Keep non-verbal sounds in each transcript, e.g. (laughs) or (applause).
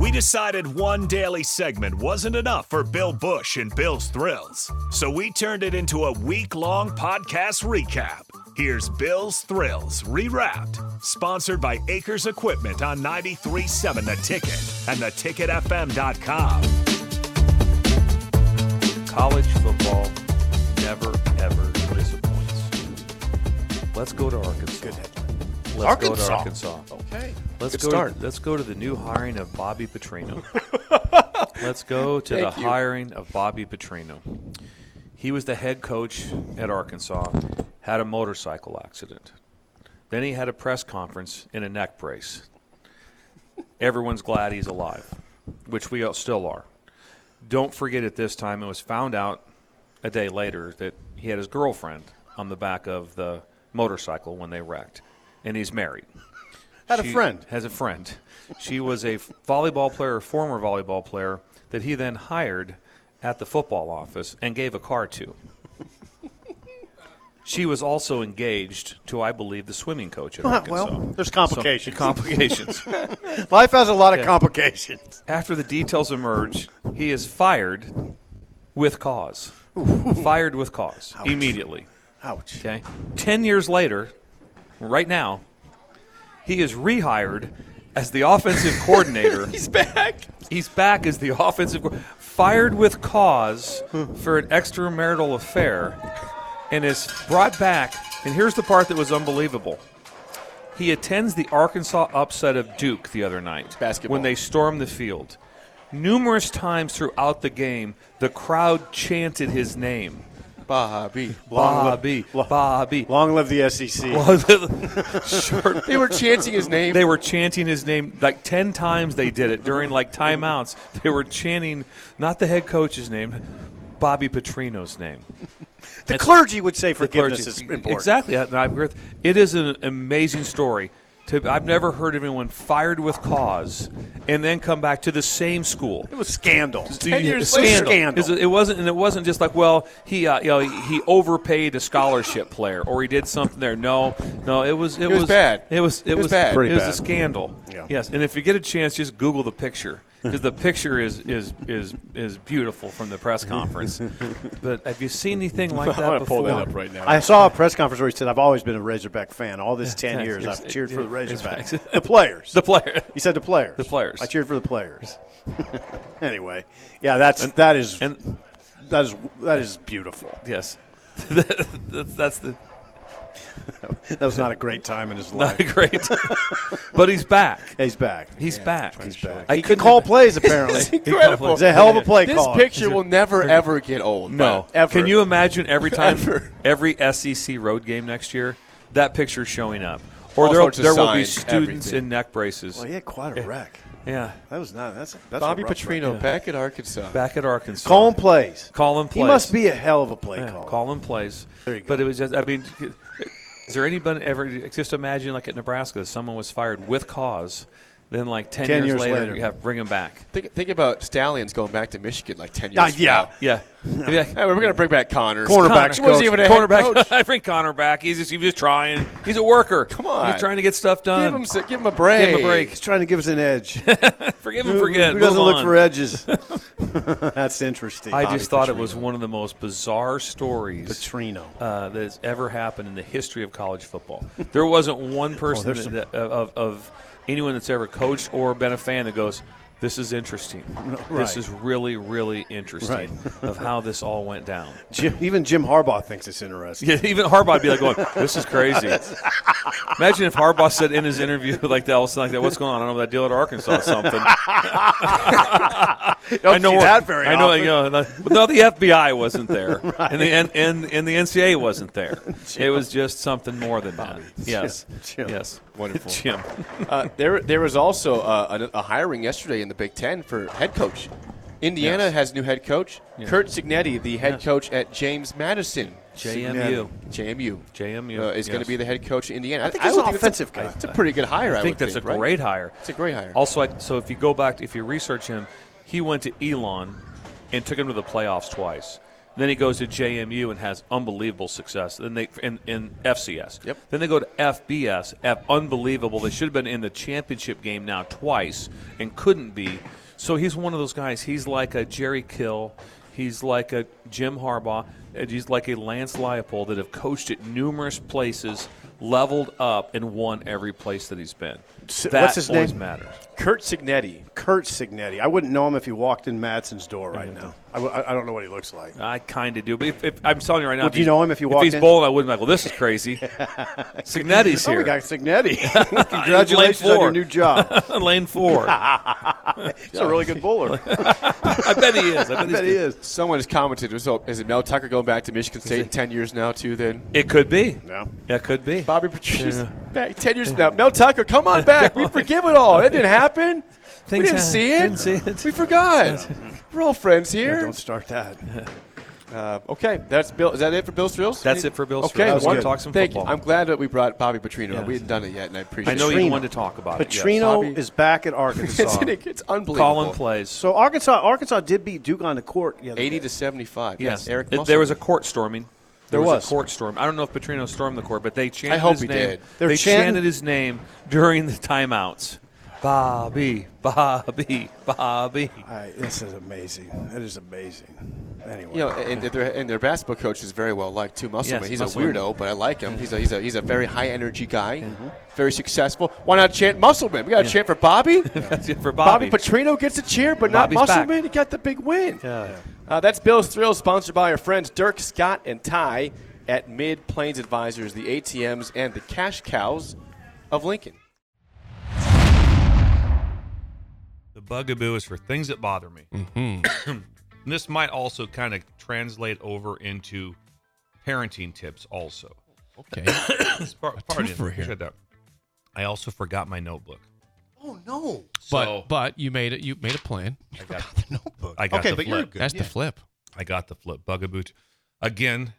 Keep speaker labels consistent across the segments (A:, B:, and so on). A: We decided one daily segment wasn't enough for Bill Bush and Bill's Thrills, so we turned it into a week long podcast recap. Here's Bill's Thrills Rewrapped, sponsored by Acres Equipment on 93.7 The Ticket and theticketfm.com.
B: College football never ever disappoints. Let's go to Arkansas. Let's go to
C: Arkansas.
B: Arkansas.
C: Okay.
B: Let's
C: Good
B: go.
C: start.
B: Let's go to the new hiring of Bobby Petrino.
C: (laughs)
B: let's go to the hiring of Bobby Petrino. He was the head coach at Arkansas. Had a motorcycle accident. Then he had a press conference in a neck brace. Everyone's glad he's alive, which we all still are. Don't forget at this time, it was found out a day later that he had his girlfriend on the back of the motorcycle when they wrecked, and he's married.
C: Had a
B: She
C: friend.
B: Has a friend. She was a volleyball player, former volleyball player, that he then hired at the football office and gave a car to. She was also engaged to, I believe, the swimming coach at Arkansas.
C: well, there's
B: Some
C: complications. (laughs)
B: complications.
C: Life has a lot of
B: Yeah.
C: complications.
B: After the details emerge, he is fired with cause. Fired with cause immediately.
C: Ouch.
B: Okay. Ten years later, right now, he is rehired as the
D: (laughs)
B: offensive coordinator.
D: He's back.
B: He's back as the offensive co- fired with cause
D: Hmm.
B: for an extramarital affair and is brought back. And here's the part that was unbelievable. He attends the Arkansas upset of Duke the other night
D: Basketball.
B: when they stormed the field. Numerous times throughout the game, the crowd chanted his name.
D: Bobby.
C: Long li-
B: Bobby,
C: lo-
B: Bobby.
C: Long live the E SEC.
B: Short
D: They were chanting his name.
B: they were chanting his name like 10 times they did it during like timeouts they were chanting not the head coach's name bobby petrino's name
C: the clergy would say
B: The
C: forgiveness
B: clergy.
C: is important.
B: exactly and I agree with- it is an amazing story to, I've never heard of anyone fired with cause and then come back to the same school.
C: It was scandal.
D: Ten years
B: scandal.
C: later. Scandal.
B: It's- It wasn't, and it wasn't just like, well, he, uh, you know, he, he overpaid a scholarship player or he did something there. No, no, it was, it,
D: was bad.
B: It was, it,
D: was bad.
B: It
D: Pretty
B: was a
C: bad.
B: scandal.
C: Yeah.
B: Yes, and if you get a chance, just Google the picture because the picture is is is is beautiful from the press
D: (laughs)
B: conference. but have you seen anything like that
D: I'm gonna
B: before?
D: pull that up right now.
C: I saw a press conference where he said, "I've always been a Razorback fan. All this ten
B: Thanks.
C: years, I've
B: It's-
C: cheered for the
B: it's-
C: Razorbacks,
B: it's-
C: the players."
B: The player. (laughs)
C: he said, "The players,
B: The players.
C: I cheered for the players." (laughs) anyway, yeah, that's that is
B: And
C: that is that is beautiful.
B: yes, (laughs) that's that's the
C: That was not a great time in
B: (laughs)
C: his
B: not
C: life.
B: great.
D: (laughs)
B: but he's back.
C: He's back.
B: He's back.
C: He's back.
B: He
C: He can
B: couldn't
C: call
B: have-
C: plays apparently.
B: (laughs)
D: incredible.
C: He's a hell of a play
D: This
C: caller.
D: picture will never ever get old.
B: No,
D: But-
B: Can you imagine every time,
D: Ever.
B: every SEC road game next year, that picture showing up, or
D: All
B: there,
D: sorts of
B: there will be
D: signs,
B: students
D: everything.
B: in neck braces.
C: Well, Oh, he had quite a wreck.
B: yeah,
C: That was not. That's that's
D: Bobby
C: a rough wreck.
D: Petrino back at Arkansas.
B: back at Arkansas.
C: Calling plays.
B: Calling
C: He
B: plays.
C: must be a hell of a play
B: yeah,
C: caller.
B: calling plays.
C: There you go.
B: But it was just. I mean, is there anybody ever? Just imagine, like at Nebraska, someone was fired with cause. Then, like ten,
C: 10 years
B: later,
C: later.
B: you have bring him back.
D: Think, think about Stallions going back to Michigan like ten years.
C: Ah,
D: ago.
C: yeah.
B: Yeah. Maybe I-
D: Hey, we're gonna bring back Connors.
C: Cornerbacks
D: He wasn't
C: coach.
D: even a head
B: Cornerback. (laughs)
D: coach.
B: I bring Connor back. He's just, he's just trying. He's a worker. Come
D: on.
B: He's trying to get stuff done.
D: Give him, s- give him a break.
B: Give him a break.
C: He's trying to give us
B: (laughs)
C: an edge.
B: Forgive and forget.
C: Who
B: Move
C: doesn't look
B: on.
C: for
B: (laughs)
C: edges? (laughs) That's interesting.
B: I
C: Bobby
B: just thought it
C: Petrino. Uh,
B: was one of the most bizarre stories
C: Petrino.
B: uh, that has ever happened in the history of college football. There wasn't
C: (laughs)
B: one person
C: Oh, there's
B: that, that- of, of anyone that's ever coached or been a fan that goes, "This is
C: (laughs)
B: interesting.
C: right.
B: This is really, really interesting of how this all went down."
C: Jim, even Jim Harbaugh thinks it's interesting.
B: Yeah, (laughs) even Harbaugh'd be like, going, "This is crazy." Imagine if Harbaugh said in his interview (laughs) like that, all of a sudden like that, "What's going on? I don't know that deal at Arkansas or
C: (laughs)
B: something." I know
C: see
B: we're-
C: that very
B: I know,
C: often.
B: you know, the- no, the FBI wasn't
C: (laughs)
B: there, and the N- and, and the NCA wasn't there. It was just something more than that. Yes,
C: Jim.
B: yes,
D: Wonderful.
B: Jim.
D: (laughs) Uh, there, there was also uh, a, a hiring yesterday in the Big Ten for head coach. Indiana
B: Yes.
D: has new head coach Kurt Signetti, the head coach at James Madison.
B: JMU.
D: JMU.
B: JMU,
D: uh, is going
B: yes.
D: to be the head coach in Indiana. I think
C: he's
D: would
C: an
D: think that's
C: offensive
D: a-
C: guy.
D: It's a pretty good hire. I,
B: I think
D: would
B: that's a
D: right?
B: great hire.
D: It's a great hire.
B: Also, I, so if you go back, if you research him, he went to Elon and took him to the playoffs twice. Then he goes to JMU and has unbelievable success. Then they in, in FCS.
D: Yep.
B: Then they go to FBS. F, unbelievable. They should have been in the championship game now twice and couldn't be. So he's one of those guys. He's like a Jerry Kill. He's like a Jim Harbaugh. and He's like a Lance Leopold that have coached at numerous places, leveled up, and won every place that he's been.
C: S-
B: That
C: what's his
B: always
C: name?
B: matters.
C: Kurt Signetti. Kurt Signetti. I wouldn't know him if he walked in Matson's door right now. I, w- I- I don't know what he looks like.
B: I kind of do, but if, if I'm telling you right now,
C: Would
B: if
C: you
B: he's-
C: know him if you walked
B: he's
C: in?
B: bowling, I wouldn't. be Like, well, this is
C: (laughs)
B: crazy. Signetti's
C: Oh,
B: here. (laughs)
C: we got Signetti. (laughs) Congratulations on
B: four.
C: your new job.
B: (laughs) Lane
C: (laughs)
B: four. I
C: He's a really
B: (laughs)
C: good bowler.
B: bet he is. I bet, he's
C: bet he
B: good.
C: is.
D: Someone has commented. So is it Mel Tucker going back to Michigan State in ten years now? Too then.
B: It could be.
C: Yeah.
B: It could be.
D: Bobby Patrice back ten years now. Mel Tucker,
B: (laughs)
D: come on back. We forgive it all. That didn't happen.
B: Things
D: we didn't
B: ha-
D: see it.
B: didn't see it.
D: We
B: (laughs)
D: forgot. We're all friends here.
C: Don't start
E: (laughs)
C: that.
D: Uh, okay, that's Bill. Is that it for Bill Strills?
B: That's it for Bill
D: Okay,
B: Strills. That was
D: one-
B: good. Talk some
D: thank
B: football.
D: You. I'm glad that we brought Bobby Petrino.
B: Yeah.
D: We hadn't done it yet, and I appreciate.
B: I know
D: it.
B: you
C: Petrino.
B: wanted to talk about it. yes.
C: Petrino
D: Bobby-
C: is back at
D: (laughs)
E: (laughs)
D: It's,
C: Arkansas.
D: it's unbelievable.
B: Colin plays.
C: so Arkansas, Arkansas did beat Duke on the court. The other
D: eighty
C: day.
D: to seventy-five.
B: Yes.
D: That's Eric.
B: It-
D: Musselman.
B: there was a court storming. There,
C: There
B: was.
C: was.
B: a court storm. I don't know if Petrino stormed the court, but they chanted
D: I hope
B: his
D: he
B: name.
D: did.
C: They're
B: they
C: chanting-
B: chanted his name during the timeouts. Bobby, Bobby, Bobby.
C: I, this is amazing. That is amazing. Anyway,
D: You know, and their and their basketball coach is very well liked too. Musselman,
B: Yes,
D: he's
B: Musselman.
D: a weirdo, but I like him. He's a he's a he's a very high energy guy,
B: Mm-hmm.
D: very successful. Why not chant Musselman? We got to chant
B: (laughs)
D: for Bobby.
B: That's it for
D: Bobby
B: Bobby.
D: Petrino gets a cheer, but not
B: Bobby's back.
D: Musselman. He got the big win.
B: Yeah.
D: Uh, that's Bill's Thrill, sponsored by our friends Dirk, Scott, and Ty at Mid Plains Advisors, the ATMs and the cash cows of Lincoln.
E: The bugaboo is for things that bother me. And this might also kind of translate over into parenting tips, also. (coughs)
A: Okay.
E: Par-
A: twofer here.
E: Check that. I also forgot my notebook.
A: oh no. But
E: So-
A: but you made it. You made a plan.
E: I got,
A: The notebook.
E: I got
A: okay,
E: the
A: but you're
E: flip.
A: good. That's the flip.
E: I got the flip bugaboo. t- Again,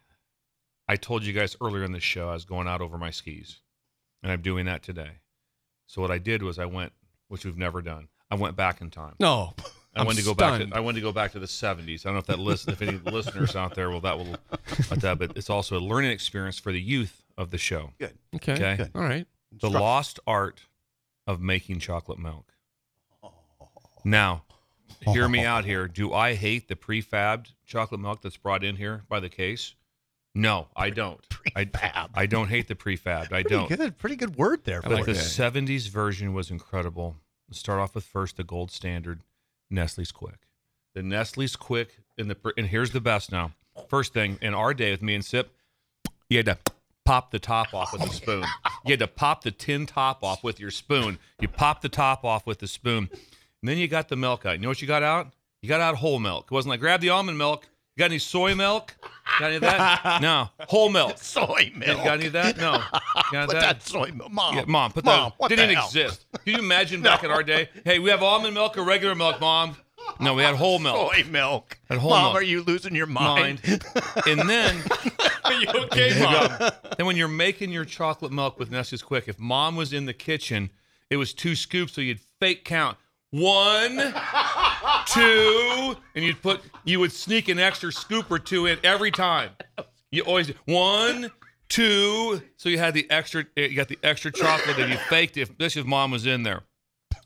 E: I told you guys earlier in the show I was going out over my skis, and I'm doing that today. So what I did was I went, which we've never done. I went back in time.
A: No.
E: I
A: I'm
E: wanted to go
A: stunned.
E: back. To, I wanted to go back to the '70s. I don't know if that listen,
A: (laughs)
E: if any listeners out there, well, that will, but, that, but it's also a learning experience for the youth of the show.
A: okay.
E: Okay.
A: All right.
E: The lost art of making chocolate milk. Now, hear me out here. Do I hate the prefabbed chocolate milk that's brought in here by the case? No, I don't. I,
A: Prefab.
E: I don't hate the prefabbed. I
A: Pretty
E: don't.
A: good. Pretty good word there.
E: I
A: for
E: like the
A: that.
E: 70s version was incredible. Let's start off with first the gold standard, Nestle's Quick. The Nestle's Quick, and the and here's the best now. First thing in our day with me and Sip, you had to pop the top off with a spoon. You had to pop the tin top off with your spoon. You pop the top off with the spoon, and then you got the milk out. You know what you got out? You got out whole milk. It wasn't like grab the almond milk. You got any soy milk? Got any of that? No, whole milk.
F: (laughs)
A: soy
E: You got any of that? No. You got any of
A: (laughs) Put that soy milk, mom.
E: yeah, mom, put
A: mom.
E: that.
A: What
E: Didn't
A: the
E: even
A: hell?
E: exist. Can
A: (laughs)
E: you imagine back in our day? Hey, we have almond milk or regular milk, mom. No, we had whole milk.
A: Soy milk.
E: And whole
A: mom,
E: milk.
A: are you losing your
E: Mind.
A: mind?
E: and then,
A: (laughs) are you okay, mom?
E: then when you're making your chocolate milk with Nestle's Quick, if mom was in the kitchen, it was two scoops, so you'd fake count one, two, and you'd put you would sneak an extra scoop or two in every time. You always one, two, so you had the extra. You got the extra chocolate that you faked if this if mom was in there.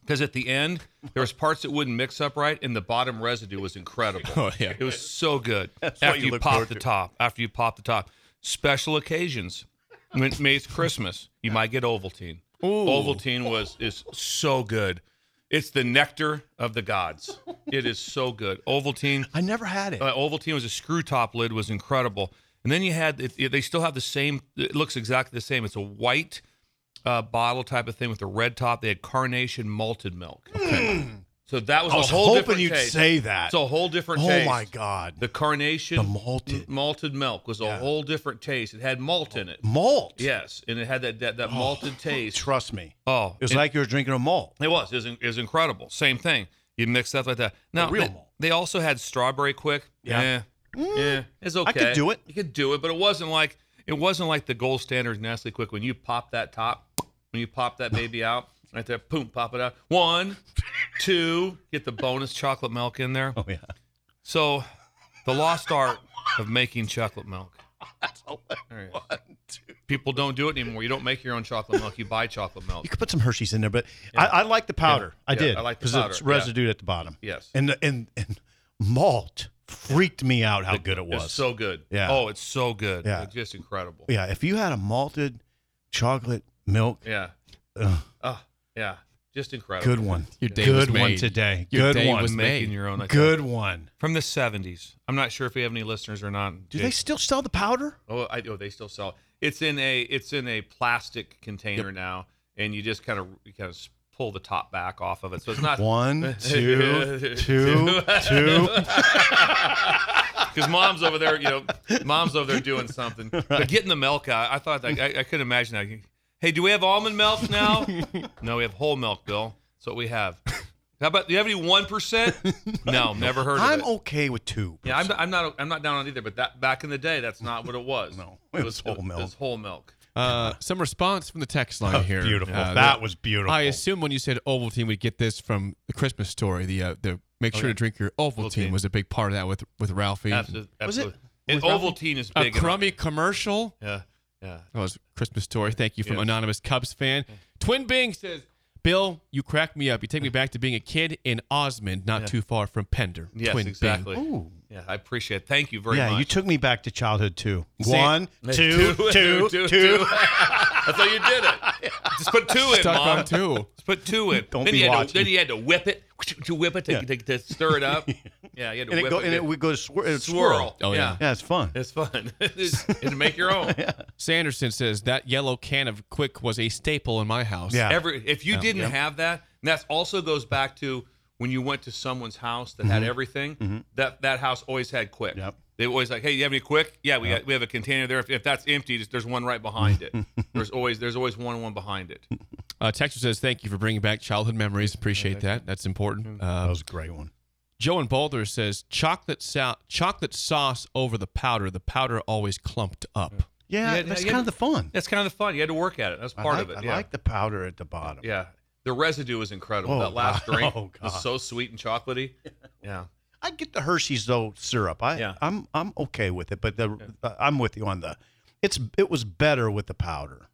E: Because at the end, there was parts that wouldn't mix up right, and the bottom residue was incredible.
A: Oh, yeah.
E: It was so good.
A: what
E: after
A: you
E: you,
A: look
E: pop
A: forward
E: the
A: to.
E: top, after you pop the top, special occasions. When May it's Christmas, you might get Ovaltine. Ovaltine was is so good. It's the nectar of the gods. It is so good. Ovaltine.
A: I never had it.
E: Uh, Ovaltine was a screw top lid was incredible, and then you had it, it- they still have the same. It looks exactly the same. It's a white uh, bottle type of thing with a red top. They had carnation malted milk. So that was,
A: Hmm. I was
E: a whole
A: hoping
E: different
A: you'd
E: taste.
A: say that.
E: It's a whole different.
A: Oh
E: taste.
A: my God.
E: The carnation
A: The malted.
E: m- malted milk was a
A: Yeah.
E: whole different taste. It had malt in it.
A: malt.
E: Yes, and it had that that, that malted taste.
A: Trust me.
E: Oh,
A: It was
E: and-
A: like you were drinking a malt.
E: it was. It was, in- it was incredible. Same thing. You mix stuff like that. Now
A: real
E: they,
A: malt.
E: they also had strawberry quick.
A: Yeah. Mm.
E: Yeah. Yeah. It's okay.
A: I could do it.
E: You could do it, but it wasn't like it wasn't like the gold standard Nestle quick when you pop that top, when you pop
A: (laughs)
E: that baby out right there, boom, pop it out. One,
A: Oh,
E: two, get the bonus chocolate milk in there.
A: yeah.
E: So the lost art of making chocolate
A: (laughs)
E: milk. There you go. People don't do it anymore. You don't make your own chocolate milk. You buy chocolate milk.
C: You could put some Hershey's in there, but I, I like the powder. I
E: Yeah,
C: did.
E: I like the
C: 'cause It's
E: powder, yeah.
C: residue at the bottom.
E: Yes.
C: And the- and and malt freaked me out how good it was.
E: It's so good.
C: Yeah.
E: Oh, it's so good.
C: Yeah.
E: It's just incredible.
C: yeah, if you had a malted chocolate milk,
E: Yeah.
C: ugh,
E: Oh, yeah. Just incredible.
C: good one.
D: Your day
C: good
D: was
C: one
D: made.
C: today.
D: Your
C: good
D: day
C: one.
D: was
E: Making
D: made.
E: your own. I
C: good
E: think.
C: one.
E: From the 70s. I'm not sure if we have any listeners or not.
C: Do
E: Jake.
C: they still sell the powder?
E: Oh, I oh they still sell it. It's in a it's in a plastic container now, and you just kind of you kind of pull the top back off of it, so it's
C: (laughs)
E: not (laughs)
C: One, two, two, two.
E: because mom's over there, you know, mom's over there
C: (laughs)
E: doing something. But getting the milk out, I thought I, I, I could imagine that. Hey, do we have almond
C: (laughs)
E: milk now? no, we have whole milk, Bill. That's what we have. How about do you have any one percent?
C: (laughs)
E: No, never heard of
C: I'm
E: it.
C: okay with two.
E: yeah, I'm, not- I'm not. I'm not down on either. But that back in the day, that's
C: (laughs)
E: not what it was.
C: No, it was whole milk.
E: It was whole milk.
D: Uh, some response from the text
C: (laughs)
D: line
C: Oh,
D: here.
C: Beautiful.
D: Uh,
C: that was beautiful.
D: I assume when you said Ovaltine, we'd get this from the Christmas story. The uh, the make
C: Oh,
D: sure to drink your Ovaltine
E: Ovaltine.
D: was a big part of that with with Ralphie.
C: Mm-hmm.
E: Absolutely. absolutely. And
D: was Ralphie-
E: Ovaltine is
D: A
E: big. in-
D: crummy commercial.
E: Yeah. Yeah.
D: That was Christmas story. Thank you from
E: Yeah.
D: anonymous Cubs fan. Twin Bing says, "Bill, you crack me up. You take me back to being a kid in Osmond, not too far from Pender."
E: Yes,
D: Twin Bing.
E: exactly. Yeah, I appreciate it. Thank you very
C: yeah,
E: much.
C: you took me back to childhood too.
D: Say-
C: One, two,
E: (laughs)
C: two, two.
E: That's how you did it. Just put two in,
D: Stuck
C: (laughs)
E: Mom.
D: on two.
E: Just put two in.
C: Don't
E: then
C: be
E: you had to,
C: watching.
E: Then you had to whip it. To whip it to, to, to stir
C: (laughs)
E: it up. Yeah, you had to
C: And it
E: whip
C: go
E: it.
C: and it would go to swir- it'd
E: swirl.
D: Oh, yeah.
C: Yeah, it's fun.
E: It's fun. (laughs) it's, it's make your own.
D: Sanderson says that yellow can of Quick was a staple in my house.
C: Yeah.
E: Every if you didn't have that, and that also goes back to when you went to someone's house that had everything. That that house always had quick.
C: Mm-hmm. Yep.
E: They always like, hey, you have any quick? Yeah, we got, we have a container there. If, if that's empty, just, there's one right
C: (laughs)
E: behind it. there's always there's always one one behind it.
D: Uh, Texter says, "Thank you for bringing back childhood memories. Appreciate that. That's important." Uh,
C: That was a great one.
D: Joe in Boulder says chocolate sa- chocolate sauce over the powder. The powder always clumped up.
C: Yeah,
E: Yeah,
C: that's
E: yeah,
C: kind of the fun.
E: That's kind of the fun. You had to work at it. That's
C: I
E: part
C: like-
E: of it.
C: I
E: yeah.
C: like the powder at the bottom.
E: yeah. The residue is incredible.
C: Oh,
E: that last
C: God. (laughs)
E: drink
C: Oh, God.
E: was so sweet and chocolatey. Yeah.
C: I get the Hershey's though syrup. I
E: Yeah.
C: I'm I'm okay with it, but the uh, I'm with you on the. It's it was better with the powder.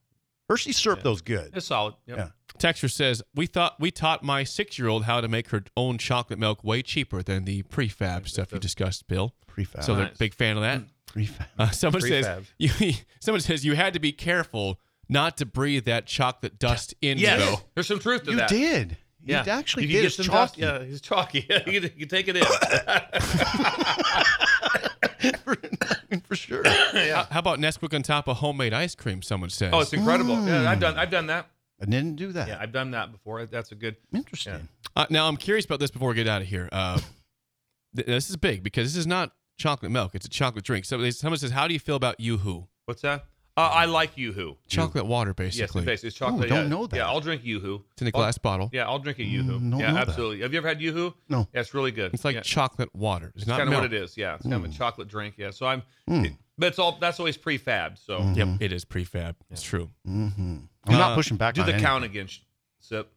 C: Hershey's syrup though is good.
E: It's solid. Yep.
C: Yeah.
D: Texture says we thought we taught my six year old how to make her own chocolate milk way cheaper than the prefab stuff you discussed, Bill.
C: Prefab.
D: So they're
E: Nice.
D: big fan of that.
C: Prefab.
D: Uh, someone
E: Prefab.
D: says (laughs) you, someone says you had to be careful not to breathe that chocolate dust in.
E: Yes.
D: though.
E: There's some truth to
C: you
E: that.
C: did. You actually
E: You
C: did.
E: get
C: It's
E: some
C: chalky.
E: dust- Yeah, he's chalky. (laughs) you, can- you take it
C: (laughs)
E: in.
C: (laughs) for sure.
D: Uh, How about Nesquik on top of homemade ice cream? Someone says.
E: oh, it's incredible. Yeah, I've done. I've done that.
C: I didn't do that.
E: Yeah, I've done that before. That's a good.
C: Interesting.
D: Uh, now I'm curious about this before we get out of here. Uh, (laughs) th- this is big because this is not chocolate milk; it's a chocolate drink. So they- someone says, "How do you feel about YooHoo?"
E: What's that? Uh, I like YooHoo.
D: Chocolate water,
E: Mm. Yes,
D: basically.
E: basically, it's chocolate.
C: don't
E: yeah.
C: know that.
E: Yeah, I'll drink YooHoo.
D: it's in a glass bottle.
E: Yeah, I'll drink a YooHoo.
C: Mm, don't
E: yeah,
C: know that.
E: absolutely. Have you ever had YooHoo?
C: No.
E: Yeah, it's really good.
D: It's like
E: yeah.
D: chocolate water. It's, not
E: kind of
D: milk.
E: what it is. Yeah, it's kind of a chocolate drink. Yeah, so I'm. but it's all that's always prefab. So
D: Yep, Mm-hmm. it is prefab. It's true.
C: Mm-hmm. I'm not pushing back.
E: Uh, do
C: on
E: the
C: any-
E: count again. sh- Sip.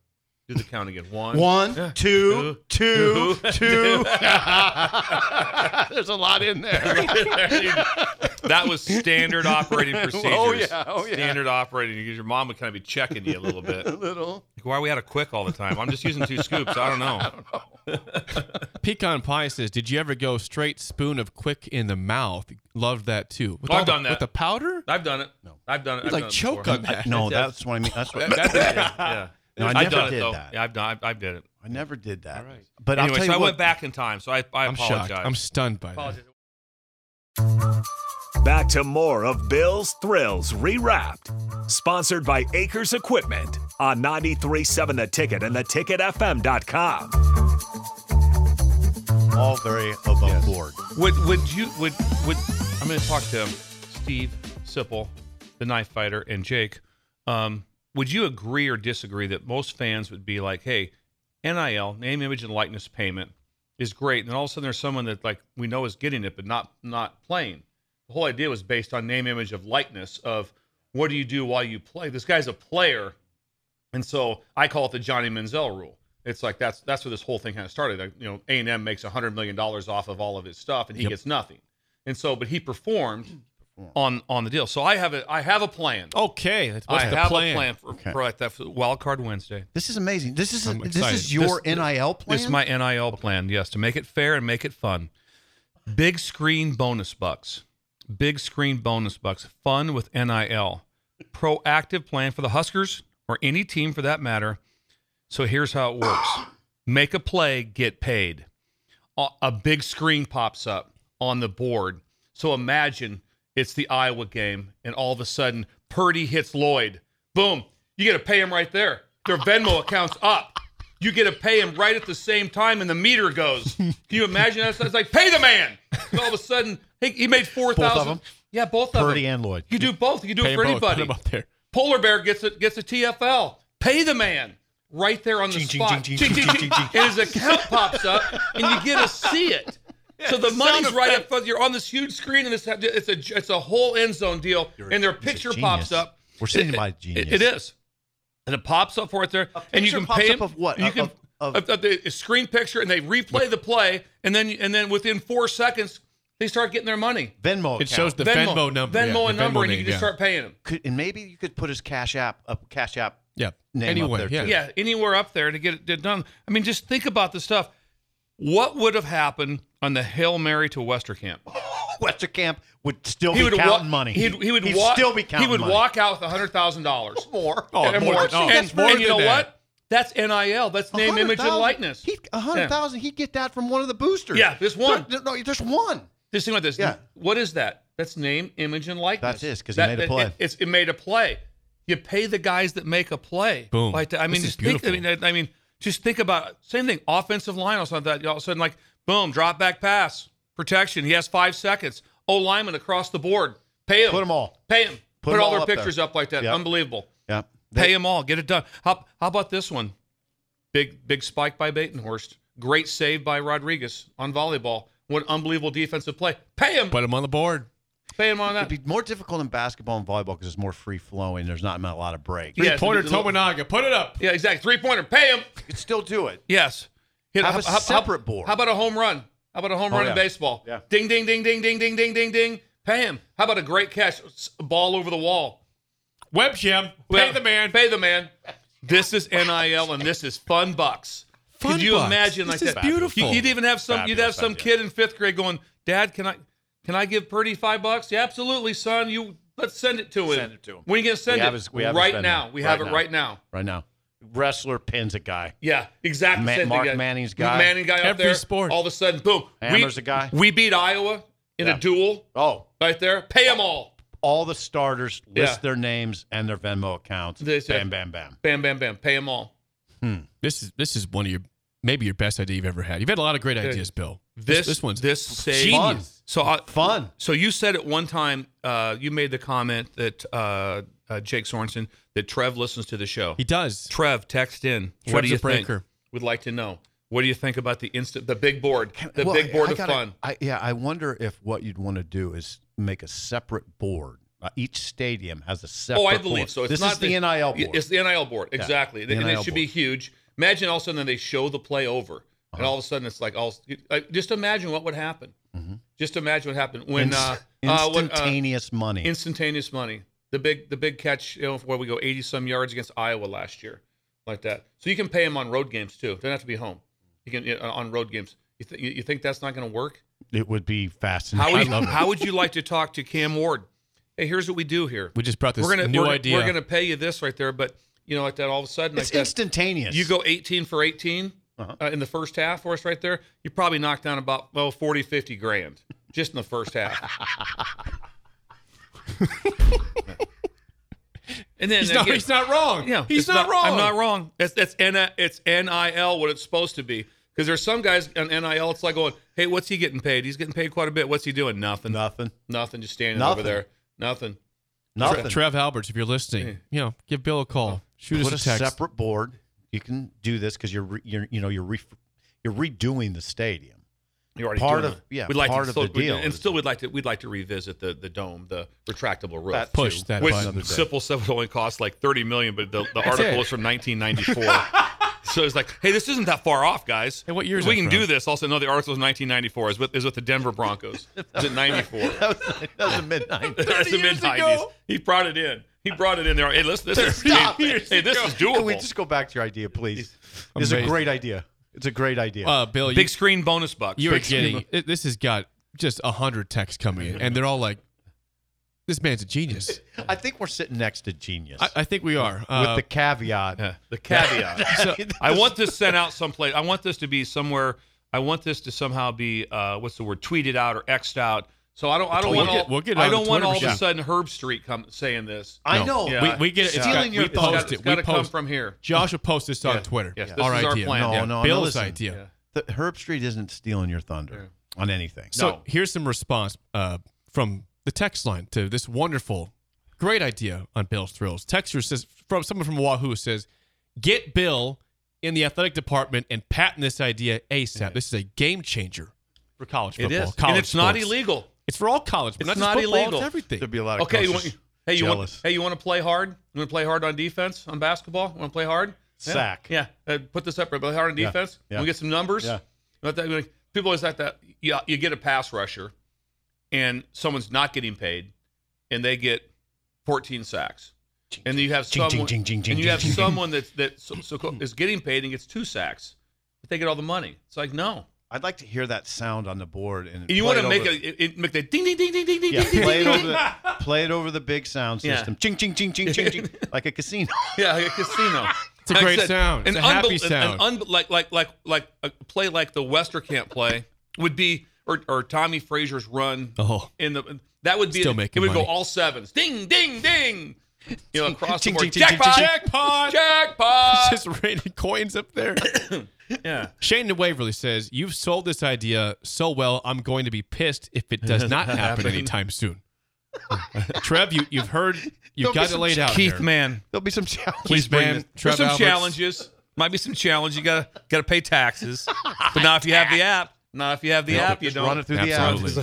E: Do the count again. One.
C: One, two, two,
E: Two. (laughs)
C: (laughs) two. There's a lot in there.
E: (laughs) that was standard operating procedures.
C: (laughs) Oh, yeah. Oh, yeah.
E: Standard operating because your mom would kind of be checking you a little bit.
C: (laughs) a little.
E: Like, why are we out of quick all the time? I'm just using two scoops. I don't
C: (laughs)
E: know.
D: Pecan pie says, "Did you ever go straight spoon of quick in the mouth? Loved that too. With
E: I've
D: all the-
E: done that.
D: with the powder.
E: I've done it.
C: No.
E: I've done it. (laughs)
D: You
E: I've
D: like
E: done it
D: choke
E: before.
D: on that.
C: No,
E: That's-
C: that's what I mean. That's what.
E: (laughs)
D: That-
C: (laughs)
D: that-
E: Yeah.
C: No, I
E: I've
C: never
E: done it
C: did
E: though.
C: that.
E: Yeah, I've done. I've, I've did it.
C: I never did that. But I'll
E: anyway,
C: tell
E: so
C: you
E: I
C: what,
E: went back in time. So I, I
D: I'm
E: apologize.
D: shocked. I'm stunned by that.
E: Apologize.
A: Back to more of Bill's Thrills Rewrapped, sponsored by Acres Equipment on 937 The Ticket and theticketfm.com.
C: all very above board.
E: Would would you would would I'm going to talk to Steve Sipple, the knife fighter, and Jake. Um, would you agree or disagree that most fans would be like, "Hey, NIL name, image, and likeness payment is great," and then all of a sudden there's someone that like we know is getting it but not not playing. The whole idea was based on name, image, of likeness of what do you do while you play. This guy's a player, and so I call it the Johnny Manziel rule. It's like that's that's where this whole thing kind of started. Like, you know, A and M makes hundred million dollars off of all of his stuff, and he gets nothing. And so, but
D: (clears throat)
E: he performed on on the deal. So I have a I have a plan.
D: Okay, that's Oh, what's
E: I
D: the
E: have
D: plan?
E: a plan for,
C: Okay.
E: for that for wild card Wednesday.
C: This is amazing. This is
D: I'm
C: this
D: excited.
C: is your
E: This-
C: NIL plan.
E: This is my NIL plan, yes, to make it fair and make it fun. Big screen bonus bucks. Big screen bonus bucks. Fun with NIL. Proactive plan for the Huskers or any team for that matter. So here's how
C: (coughs)
E: it works make a play, get paid. A a big screen pops up on the board. So imagine it's the Iowa game, and all of a sudden Purdy hits Lloyd. Boom. You get to pay him right there.
C: (coughs)
E: Their Venmo account's up. You get to pay him right at the same time, and the
C: (laughs)
E: meter goes. Can you imagine that? It's like, pay the man. And all of a sudden, hey, he made 4,000.
C: them?
E: Yeah, both of
C: Purdy
E: them.
C: and Lloyd.
E: You do both. You do it
D: Hey,
E: for
D: both, put
E: anybody.
D: them up there.
E: Polar Bear gets a, gets a TFL. Pay the man right there on the
C: Ching, ching,
E: spot.
C: ching,
E: Ching,
C: ching,
E: ching,
C: ching,
E: ching. And his account pops up, and you get to see it. So the money's right up front. You're on this huge screen, and it's it's a it's a whole end zone deal. and their
C: he's a
E: picture
C: genius.
E: pops up.
C: We're sitting
E: It-
C: by
E: it-
C: genius.
E: it is, and it pops up for it there. and you
C: picture
E: can
C: pops
E: pay
C: up
E: him
C: of what?
E: You
C: Of-
E: can
C: of-
E: of- of the screen picture, and they replay the play, and then and then within four seconds they start getting their money.
C: Venmo.
D: It shows the Venmo,
E: Venmo,
D: number.
E: Venmo,
D: yeah,
E: and
D: the
E: number, and you
D: name,
E: can just
D: yeah.
E: start paying them.
C: could, and maybe you could put his cash app up. Cash app.
D: Yeah.
C: name up
D: Anyway,
C: there,
D: yeah.
C: too.
E: yeah, anywhere up there to get it done. I mean, just think about the stuff. What would have happened on the Hail Mary to Westerkamp?
C: Westerkamp would still
E: He
C: Oh, be
E: would
C: counting
E: wa-
C: money.
E: He'd, he would
C: He'd
E: walk,
C: still be counting
E: He would
C: money.
E: walk out with hundred thousand dollars
C: more.
D: Oh,
E: and
D: more
E: more.
D: than- oh,
E: and,
D: that's more
E: and you
D: than
E: know
D: that.
E: what? That's NIL. That's name, image, and
C: 100,000
E: likeness.
C: He a hundred
E: Yeah.
C: thousand. He'd get that from one of the boosters.
E: Yeah, just one.
C: No, no, just one.
E: Just think about this.
C: Yeah.
E: What is that? That's name, image, and likeness.
C: That's it, 'cause he
E: That-
C: made a
E: it-
C: play.
E: It, it's, it made a play. You pay the guys that make a play.
D: Boom.
E: Like that. I mean,
D: This is
E: just think. I mean,
D: beautiful.
E: I, I mean, just think about same thing. Offensive line or something. Like that. All of a sudden, like boom, drop back pass, protection. He has five seconds. O lineman across the board. Pay him.
C: Put 'em all.
E: Pay him. Put,
C: 'em
E: all,
C: all
E: their
C: up there.
E: pictures up like that.
C: Yep.
E: Unbelievable.
C: Yeah.
E: Pay them all. Get it done. How how about this one? Big big spike by Batenhorst. Great save by Rodriguez on volleyball. What an unbelievable defensive play. Pay him.
D: Put them on the board.
E: Pay him on that.
C: It'd be more difficult in basketball and volleyball because it's more free flowing. There's not a lot of breaks.
E: Yeah,
D: Three pointer
E: it's a little-
D: Tominaga. Put it up.
E: Yeah, exactly. Three pointer. Pay him.
C: You could still do it.
E: Yes. Hit,
C: Have a separate board.
E: How about a home run? How about a
D: Oh,
E: home run
C: yeah.
E: in baseball?
C: Yeah.
E: Ding, ding, ding, ding, ding, ding, ding, ding, ding. Pay him. How about a great catch? S- Ball over the wall.
D: Web Jim.
E: Well,
D: Pay the man.
E: Pay the man. This is NIL and this is fun bucks.
D: Fun
E: Could you
D: bucks.
E: imagine
D: This
E: like
D: is
E: that?
D: beautiful.
E: You- You'd even have some. you'd have
B: Fabulous
E: some
B: idea.
E: kid in fifth grade going, "Dad, can I, can I give Purdy five bucks? Yeah, absolutely, son. You let's send it to him.
C: Send it to him.
E: When are you gonna send
C: We
E: it?
C: have his- we have his
E: right
C: Venmo.
E: now. We
C: Right
E: have it
C: now.
E: right now.
C: Right now, wrestler pins a guy.
E: Yeah, exactly.
C: Ma-
E: Same thing.
C: Mark
E: Yeah.
C: Manning's guy.
E: Manning guy up
D: Every
E: there.
D: sport.
E: All of a sudden, boom.
C: Hammers
E: we,
C: a guy.
E: We beat Iowa in
C: Yeah.
E: a duel
C: Oh,
E: right there. Pay them all.
C: all the starters list
E: Yeah.
C: their names and their Venmo accounts.
E: They said-
C: bam, bam, bam.
E: Bam, bam, bam. Pay them all.
D: This is this is one of your maybe your best idea you've ever had. You've had a lot of great ideas, Bill.
E: This
D: this one's
E: this saved.
C: Genius.
E: So I,
C: Fun.
E: So you said at one time uh, you made the comment that uh, uh, Jake Sorensen that Trev listens to the show.
D: He does.
E: Trev, text in.
D: Trev's
E: what do
D: a
E: you
D: breaker.
E: think? Would like to know. What do you think about the instant, the big board, the
C: Well,
E: big board
C: I
E: of
C: gotta-
E: fun?
C: I, yeah, I wonder if what you'd want to do is make a separate board. Uh, each stadium has a separate.
E: Oh, I believe
C: board.
E: so. It's
C: this
E: not
C: is the, NIL board.
E: It's the NIL board, exactly.
C: the
E: and it
C: NIL
E: should be
C: board. Uh-huh.
E: huge. Imagine all of a sudden they show the play over, and all of a sudden it's like all. Like, just imagine what would happen.
C: Mm-hmm.
E: Just imagine what happened when uh, uh, when, uh,
C: instantaneous money.
E: instantaneous money. The big the big catch, you know, where we go eighty some yards against Iowa last year, like that. So you can pay him on road games too. Doesn't have to be home. You can you know, on road games. You, th- you you think that's not going to work?
C: it would be
E: How
C: fascinating.
E: would
C: I
E: you,
C: love it.
E: how would you like to talk to Cam Ward? Hey, here's what we do here
D: We just brought this
E: we're gonna
D: new
E: we're,
D: idea.
E: We're gonna pay you this right there, but you know, like that, all of a sudden, like
C: It's
E: that,
C: instantaneous.
E: You go 18 for 18 uh in the first half for us right there. You probably knocked down about well 40, 50 grand just in the
D: (laughs)
E: first half. and then
D: he's, not,
E: again-
D: he's not wrong.
E: yeah,
D: he's
E: it's
D: not, wrong.
E: I'm not wrong. That's that's N it's nil what it's supposed to be. Because there's some guys on nil, it's like going, hey, what's he getting paid? He's getting paid quite a bit. What's he doing? Nothing.
C: nothing,
E: Nothing. Just standing
C: Nothing.
E: over there. Nothing.
C: nothing.
D: Trev Alberts, if you're listening, you know, give Bill a call. Shoot
C: Put a
D: us a text.
C: separate board. You can do this because you're, re, you're you know you're re, you're redoing the stadium.
E: You're already
C: Part
E: doing
C: of-
E: it.
C: yeah,
E: We'd like
C: part
E: to
C: of the
E: still- we'd-
C: deal
E: and
C: is-
E: still we'd like to we'd like to revisit the the dome, the retractable roof.
C: That
D: Push
C: too.
D: that
E: which
D: button.
E: simple stuff would only cost like thirty million, but the, the article
D: it.
E: is from nineteen ninety four. So it's like, hey, this isn't that far off, guys.
D: Hey, what year is
E: we
D: that
E: can
D: from?
E: do this? Also, no, the article is 1994. Is with is with the Denver Broncos. Is it 94?
C: (laughs) That was, that was the mid (laughs) nineties.
E: (laughs) That's the mid 90s. He brought it in. He brought it in there. Hey, listen, this
C: (laughs)
E: is
C: Stop
E: hey,
C: it.
E: hey, this is
C: Can we
E: doable.
C: just go back to your idea, please? It's a
D: Amazing.
C: great idea. It's a great idea.
D: Uh, Bill, you,
E: Big screen bonus bucks.
D: you are
E: Big screen
D: getting it- this has got just a hundred texts coming in, and they're all like, "This man's a genius."
C: I think we're sitting next to genius
D: I, I think we are.
C: with
D: Uh,
C: the caveat. (laughs)
E: bonus- (laughs) the caveat. I want this sent out someplace. I want this to be somewhere. I want this to somehow be uh, what's the word tweeted out or xed out. So I don't. I don't
D: We'll
E: want.
D: get-
E: all,
D: we'll get it
E: I
D: on the
E: don't want
D: Twitter
E: all of a
D: machine.
E: sudden Herb Street come saying this.
C: I know.
E: Yeah.
D: we get it. It's
C: Stealing
D: got-
C: your
D: we
C: thoughts.
D: post it.
E: It's
D: We
E: got to come
D: post.
E: from here.
D: Josh will post this on
E: Yeah.
D: Twitter.
E: Yes, this
D: our
E: is our
D: idea.
E: plan.
C: No,
E: Yeah.
C: no, no.
D: Bill's
C: listen.
D: idea.
C: The Herb Street isn't stealing your thunder on anything.
D: So
E: No.
D: here's some response uh, from the text line to this wonderful, great idea on Bill's Thrills. Texter says from someone from Wahoo says, "Get Bill in the athletic department and patent this idea ASAP. This is a game changer for college
E: It
D: football.
E: is,
D: College
E: and it's not
D: sports.
E: illegal.
D: It's for all college, but
E: It's
D: not,
E: not
D: just football,
E: illegal.
D: It's everything.
C: There'd be a lot of
E: Okay, you
C: coaches
E: want, hey, you want,
C: jealous.
E: hey, you want to play hard? You want to play hard on defense on basketball? Want to play hard? Yeah.
C: Sack.
E: Yeah, Uh, put this up. right? Play hard on defense.
C: Yeah.
E: We get some numbers.
C: Yeah.
E: Not that- like, people always like that. You, you get a pass rusher, and someone's not getting paid, and they get 14 sacks, and you have
C: ching,
E: someone,
C: ching, ching, ching,
E: and you
C: ching,
E: have
C: ching, ching.
E: someone that that so, so co- is getting paid and gets two sacks, but they get all the money. It's like no.
C: I'd like to hear that sound on the board and
E: And you
C: play
E: want
C: it
E: to make
C: over-
E: a it, it- make the ding ding ding ding ding
C: (laughs)
E: ding
C: yeah,
E: ding ding
C: play it
E: ding,
C: over
E: ding.
C: the play it over the big sound
E: Yeah.
C: system. Ching ching ching ching ching ching like a casino. (laughs)
E: Yeah, like a casino.
D: It's a
E: I
D: great sound. It's a happy
E: unbe- an-
D: sound.
E: An, un- like like like like a play like the Wester can't play would be or, or Tommy Frazier's run
D: Oh. (laughs)
E: in the that would be
D: Still
E: it
D: making
E: would go
D: money.
E: all sevens. Ding ding ding. You know, across
C: Ching,
E: the board.
C: ching, ching, ching,
E: Jackpot!
C: ching.
E: Jackpot! Jackpot!
D: It's just raining coins up there.
E: Yeah.
D: Shane Waverly says, You've sold this idea so well, I'm going to be pissed if it does not happen anytime soon. (laughs) Trev, you, you've heard, you've
C: Don't
D: got
C: be
D: it laid out.
E: Keith
D: here.
E: man.
C: There'll be some challenges.
D: Keith
C: bring
D: Man,
C: this-
D: Trev
E: There's some
D: Alberts.
E: challenges. Might be some challenge. You gotta gotta pay taxes. But not if you have the app. Not if you have the app, you
C: Just
E: don't
C: run it through
D: Absolutely.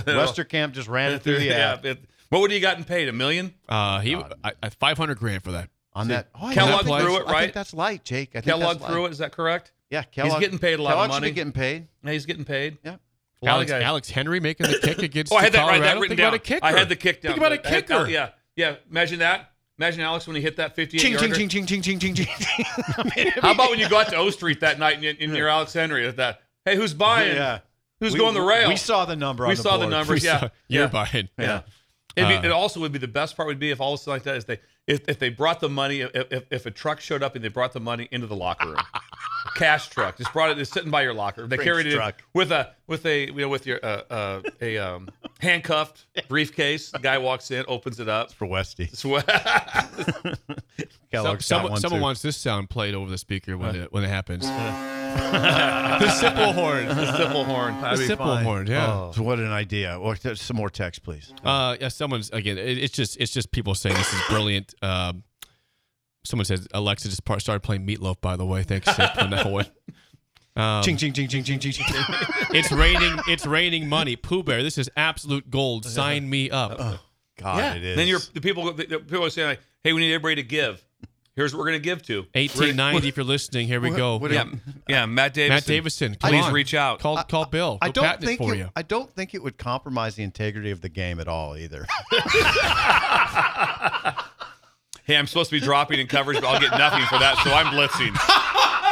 C: the app. Westerkamp just ran it (laughs)
E: (laughs)
C: through the app
E: It- What would you gotten paid? A million?
D: Uh, he, I, I, 500 grand for that.
C: on that. Oh, I
E: Kellogg
C: think that's-
E: threw it,
C: I
E: right?
C: think that's light, Jake. I think
E: Kellogg
C: that's
E: threw
C: light.
E: it. Is that correct?
C: Yeah, Kellogg.
E: getting paid a lot of
C: Kellogg should be
E: money.
C: getting paid.
E: Yeah, he's getting paid.
C: Yeah.
E: lot of
D: Alex,
E: guys-
D: Alex Henry making the
E: (laughs)
D: kick against
E: Oh, I had that.
D: Colorado.
E: Right, that written
D: Think
E: down.
D: about a kicker.
E: I had the kick down.
D: Think about a
E: I had-
D: kicker.
E: oh, yeah, yeah. Imagine that. Imagine Alex when he hit that 58
C: Ching ching
E: yarder.
C: ching ching ching ching ching ching.
E: How about when you go out to O Street that night and, you- and you're Alex Henry with that? Hey, who's
C: (laughs)
E: buying?
C: Yeah.
E: Who's
C: We-
E: going the rail?
C: We saw the number.
E: We
C: on the
E: saw the
C: board.
E: number.
D: We
E: Yeah,
D: saw-
E: yeah.
D: (laughs) You're buying.
C: Yeah.
E: It'd be,
D: Uh,
E: it also would be the best part would be if all of a sudden like that is they if, if they brought the money if, if if a truck showed up and they brought the money into the
C: (laughs)
E: locker room, cash truck just brought it it's sitting by your locker. They carried it in
C: truck.
E: with a with a you know with your uh, uh,
C: (laughs)
E: a um, handcuffed briefcase. The guy walks in, opens it
C: (laughs)
E: up.
C: for Westy.
E: It's wet.
C: Kellogg
D: Someone,
C: (laughs)
D: someone wants this sound played over the speaker
E: Uh.
D: when, it, when it happens.
E: (laughs)
D: the simple horn. The
E: Simple horn. I mean,
D: simple horn, yeah.
C: So what an idea. Well, there's some more text, please.
D: Uh, yeah, someone's again. It, it's just it's just people saying this is
C: (laughs)
D: brilliant. Um, someone says Alexa just par- started playing Meatloaf. By the way, thanks Sip, on that
C: (laughs)
D: one.
C: ching ching ching ching ching ching. ching.
D: (laughs) It's raining. It's raining money. Pooh Bear, this is absolute gold.
C: Uh-huh.
D: Sign me up.
C: God, it is.
E: Then you're the people. The the people are saying like, "Hey, we need everybody to give. Here's what we're going to give to."
D: Eighteen ninety. If you're listening, here we go.
C: what-
E: Yeah, yeah. Matt Davis.
D: Matt Davison, come
E: please
D: on.
E: reach out.
D: Call call Bill.
C: I
D: We'll
C: don't
D: patent it
C: think
D: for
C: it,
D: you.
C: I don't think it would compromise the integrity of the game at all either.
E: hey, I'm supposed to be dropping in coverage, but I'll get nothing for that, so I'm blitzing.